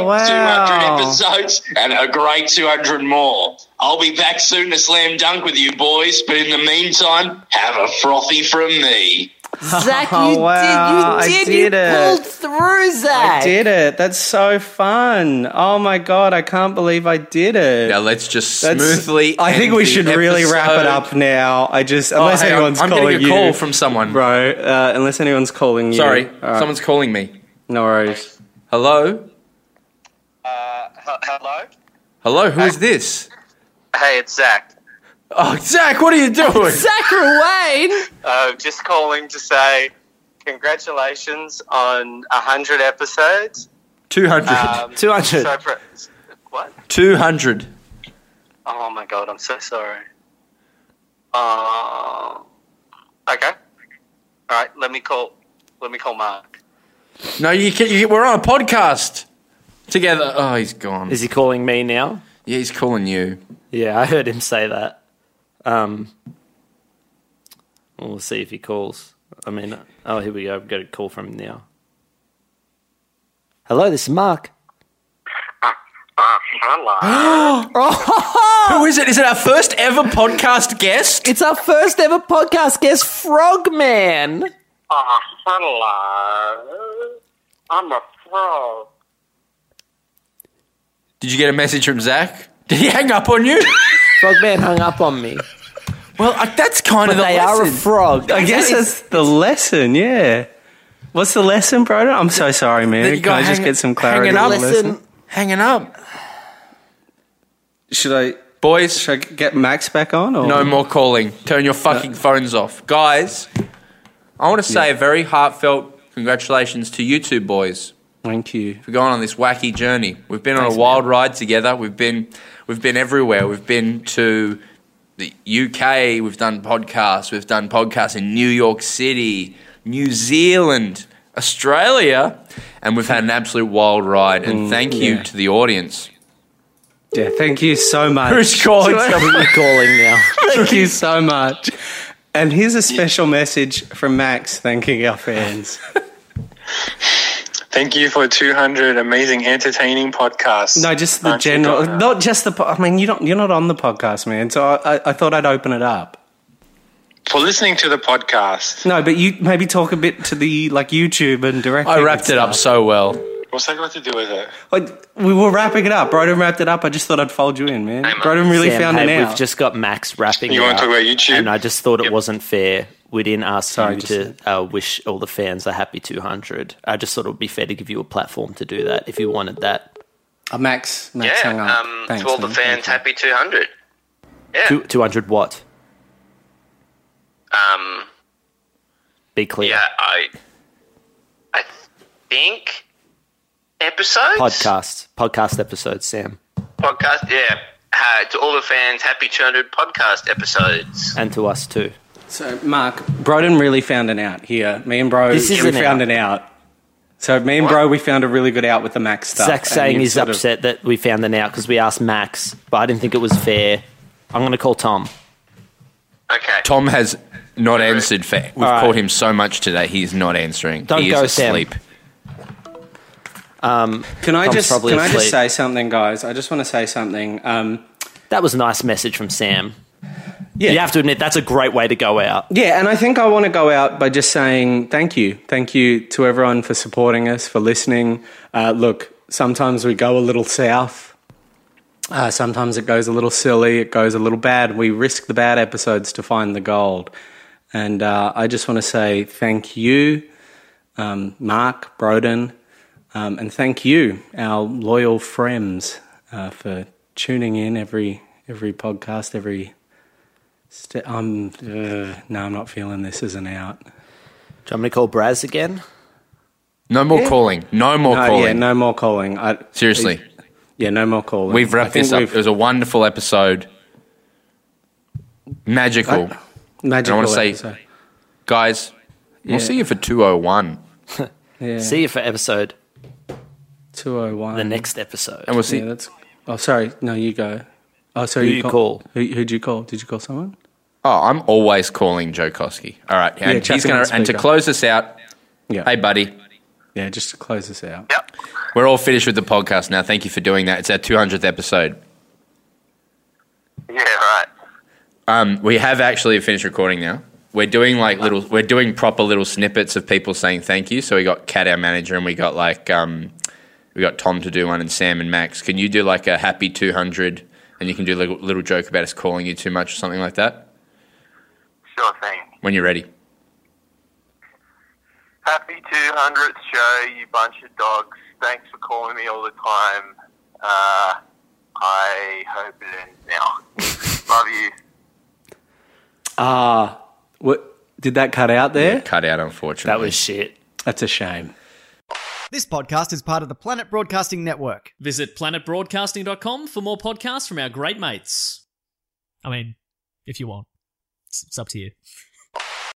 Speaker 4: Oh,
Speaker 15: great
Speaker 4: wow.
Speaker 15: 200 episodes and a great 200 more. I'll be back soon to slam dunk with you boys, but in the meantime, have a frothy from me.
Speaker 3: Zach,
Speaker 4: you wow, did- you I did- you did it. pulled
Speaker 3: through,
Speaker 4: I did it. That's so fun. Oh my god, I can't believe I did it.
Speaker 5: Now let's just
Speaker 4: That's-
Speaker 5: smoothly.
Speaker 4: I think
Speaker 5: end
Speaker 4: we
Speaker 5: the
Speaker 4: should really wrap it
Speaker 5: episode.
Speaker 4: up now. I just
Speaker 5: Oh,
Speaker 4: unless
Speaker 5: hang on.
Speaker 4: anyone's
Speaker 5: I'm
Speaker 4: calling
Speaker 5: getting
Speaker 4: you,
Speaker 5: a call from someone,
Speaker 4: bro. Uh, unless anyone's calling you.
Speaker 5: Sorry,
Speaker 4: All right.
Speaker 5: someone's calling me.
Speaker 4: No worries.
Speaker 5: Hello,
Speaker 14: hello?
Speaker 5: hello. Who is this?
Speaker 14: Hey, it's Zach.
Speaker 5: Oh, Zach, what are you doing?
Speaker 14: Zachary Wayne. Uh, just calling to say congratulations on 100 episodes.
Speaker 5: Two hundred.
Speaker 14: Um, So pr- what?
Speaker 5: Two hundred.
Speaker 14: Oh my god, I'm so sorry. Oh. okay. All right, let me call. Let me call Mark.
Speaker 5: No, you can. You, we're on a podcast together. Oh, he's gone.
Speaker 3: Is he calling me now?
Speaker 5: Yeah, he's calling you.
Speaker 3: Yeah, I heard him say that. Um, we'll see if he calls. I mean, oh, here we go. I've got a call from him now. Hello, this is Mark.
Speaker 15: Uh,
Speaker 5: Who is it? Is it our first ever podcast guest?
Speaker 3: It's our first ever podcast guest, Frogman.
Speaker 15: Oh, hello. I'm a frog.
Speaker 5: Did you get a message from Zach? Did he hang up on you?
Speaker 3: Frogman hung up on me.
Speaker 5: Well, I, that's kind
Speaker 3: But
Speaker 5: of the
Speaker 3: they are a
Speaker 5: lesson.
Speaker 3: frog.
Speaker 4: I guess
Speaker 3: That is-
Speaker 4: that's the lesson. Yeah. What's the lesson, bro? I'm so sorry,
Speaker 5: That
Speaker 4: man.
Speaker 5: you
Speaker 4: Can
Speaker 5: got
Speaker 4: I just
Speaker 5: hang-
Speaker 4: get some clarity?
Speaker 5: hanging
Speaker 4: on
Speaker 5: up.
Speaker 4: the lesson?
Speaker 5: Listen. Hanging up.
Speaker 4: Should I,
Speaker 5: boys?
Speaker 4: Should I get Max back on? Or?
Speaker 5: No more calling. Turn your
Speaker 4: Uh,
Speaker 5: fucking phones off. Guys, I want to say a very heartfelt congratulations to you two boys
Speaker 4: Thank you.
Speaker 5: for going on this wacky journey. We've been on
Speaker 4: Thanks,
Speaker 5: a wild ride together. We've been we've been everywhere. We've been to the UK, we've done podcasts, we've done podcasts in New York City, New Zealand, Australia, and we've had an absolute wild ride. And
Speaker 4: Mm,
Speaker 5: thank
Speaker 4: yeah.
Speaker 5: you to the audience.
Speaker 4: Yeah, thank you so much.
Speaker 5: Who's calling? Someone
Speaker 3: calling now.
Speaker 4: thank you so much. And here's a special message from Max thanking our fans.
Speaker 13: Thank you for 200 amazing, entertaining podcasts.
Speaker 4: No, just the
Speaker 13: Aren't you
Speaker 4: general,
Speaker 13: done?
Speaker 4: not just the. po- I mean, you don't. You're not on the podcast, man. So I, I, I thought I'd open it up.
Speaker 13: For listening to the podcast.
Speaker 4: No, but you maybe talk a bit to the like YouTube and direct.
Speaker 5: I wrapped it up so well.
Speaker 13: What's that got to do with it?
Speaker 4: We were wrapping it up. Broden wrapped it up. I just thought I'd fold you in, man. Broden really
Speaker 3: Sam,
Speaker 4: found
Speaker 3: hey,
Speaker 4: it out.
Speaker 3: We've just got Max wrapping.
Speaker 4: You
Speaker 3: it
Speaker 4: wanna
Speaker 3: up,
Speaker 4: talk about YouTube?
Speaker 3: And I just thought it wasn't fair. We didn't ask
Speaker 4: Sorry,
Speaker 3: you
Speaker 4: just
Speaker 3: to uh, wish all the fans a happy 200. I just thought it would be fair to give you a platform to do that if you wanted that.
Speaker 4: Uh, Max, Max, hang
Speaker 14: yeah,
Speaker 4: up.
Speaker 14: um,
Speaker 4: Thanks,
Speaker 14: to all the
Speaker 4: man.
Speaker 14: fans, happy 200. Yeah.
Speaker 3: Two, 200 what?
Speaker 14: Um,
Speaker 3: Be clear.
Speaker 14: yeah, I, I think episodes
Speaker 3: Podcast. Podcast episode, Sam.
Speaker 14: podcast. Yeah, uh, to all the fans, happy 200 podcast episodes.
Speaker 3: And to us too.
Speaker 4: So, Mark, Broden really found an out here. Me and Bro,
Speaker 3: This
Speaker 4: we
Speaker 3: is an
Speaker 4: found an out. So, me and Bro, we found a really good out with the Max stuff.
Speaker 3: Zach
Speaker 4: and
Speaker 3: saying
Speaker 4: you've
Speaker 3: he's
Speaker 4: sort of-
Speaker 3: upset that we found them out because we asked Max, but I didn't think it was fair. I'm going to call Tom.
Speaker 14: Okay.
Speaker 5: Tom has not answered. For, we've
Speaker 3: All right.
Speaker 5: called him so much today. He's not answering.
Speaker 3: Don't
Speaker 5: he
Speaker 3: go,
Speaker 5: is
Speaker 3: Sam.
Speaker 5: asleep.
Speaker 3: Um,
Speaker 4: Can I
Speaker 3: Tom's
Speaker 4: just
Speaker 3: probably
Speaker 4: can I just
Speaker 3: asleep.
Speaker 4: say something, guys? I just want to say something. Um,
Speaker 3: that was a nice message from Sam. Yeah. You have to admit, that's a great way to go out.
Speaker 4: Yeah, and I think I want to go out by just saying thank you. Thank you to everyone for supporting us, for listening. Uh, look, sometimes we go a little south. Uh, sometimes it goes a little silly. It goes a little bad. We risk the bad episodes to find the gold. And uh, I just want to say thank you, um, Mark, Broden, um, and thank you, our loyal friends, uh, for tuning in every every podcast, every St- I'm uh, no, I'm not feeling this as an out. Do
Speaker 3: you want me to call Braz again?
Speaker 5: No more calling. No more calling.
Speaker 4: Yeah, no more calling. I,
Speaker 5: Seriously.
Speaker 4: Yeah, no more calling.
Speaker 5: We've
Speaker 4: I
Speaker 5: wrapped
Speaker 4: think
Speaker 5: this up.
Speaker 4: we've-
Speaker 5: It was a wonderful episode. Magical.
Speaker 4: I-
Speaker 5: And I want to
Speaker 4: magical
Speaker 5: say,
Speaker 4: episode.
Speaker 5: guys,
Speaker 4: Yeah.
Speaker 5: we'll see you for 201.
Speaker 4: Yeah.
Speaker 3: See you for episode
Speaker 4: two oh one. The
Speaker 3: next episode.
Speaker 5: And we'll see-
Speaker 4: Yeah, that's. Oh, sorry. No, you go. Oh, sorry.
Speaker 5: Who you call?
Speaker 4: Who who'd you call? Did you call someone?
Speaker 5: Oh, I'm always calling Joe Koski. All right.
Speaker 4: Yeah,
Speaker 5: And,
Speaker 4: chuck
Speaker 5: he's
Speaker 4: him
Speaker 5: gonna,
Speaker 4: on
Speaker 5: and to
Speaker 4: speaker.
Speaker 5: close us out,
Speaker 4: Yeah.
Speaker 5: hey, buddy.
Speaker 4: Yeah, just to close this out.
Speaker 5: We're all finished with the podcast now. Thank you for doing that. It's our 200th episode.
Speaker 16: Yeah, right.
Speaker 5: Um, we have actually finished recording now. We're doing like little, we're doing proper little snippets of people saying thank you. So we got Kat, our manager, and we got like, um, we got Tom to do one and Sam and Max. Can you do like a happy 200 and you can do a little, little joke about us calling you too much or something like that?
Speaker 16: Sure thing.
Speaker 5: When you're ready.
Speaker 16: Happy 200th show, you bunch of dogs. Thanks for calling me all the time. Uh, I hope it ends now. Love you.
Speaker 4: Ah, what did that cut out there?
Speaker 5: cut out, unfortunately.
Speaker 4: That was
Speaker 3: shit.
Speaker 4: That's a shame.
Speaker 17: This podcast is part of the Planet Broadcasting Network.
Speaker 18: Visit planetbroadcasting.com for more podcasts from our great mates. I mean, if you want, it's, it's up to you.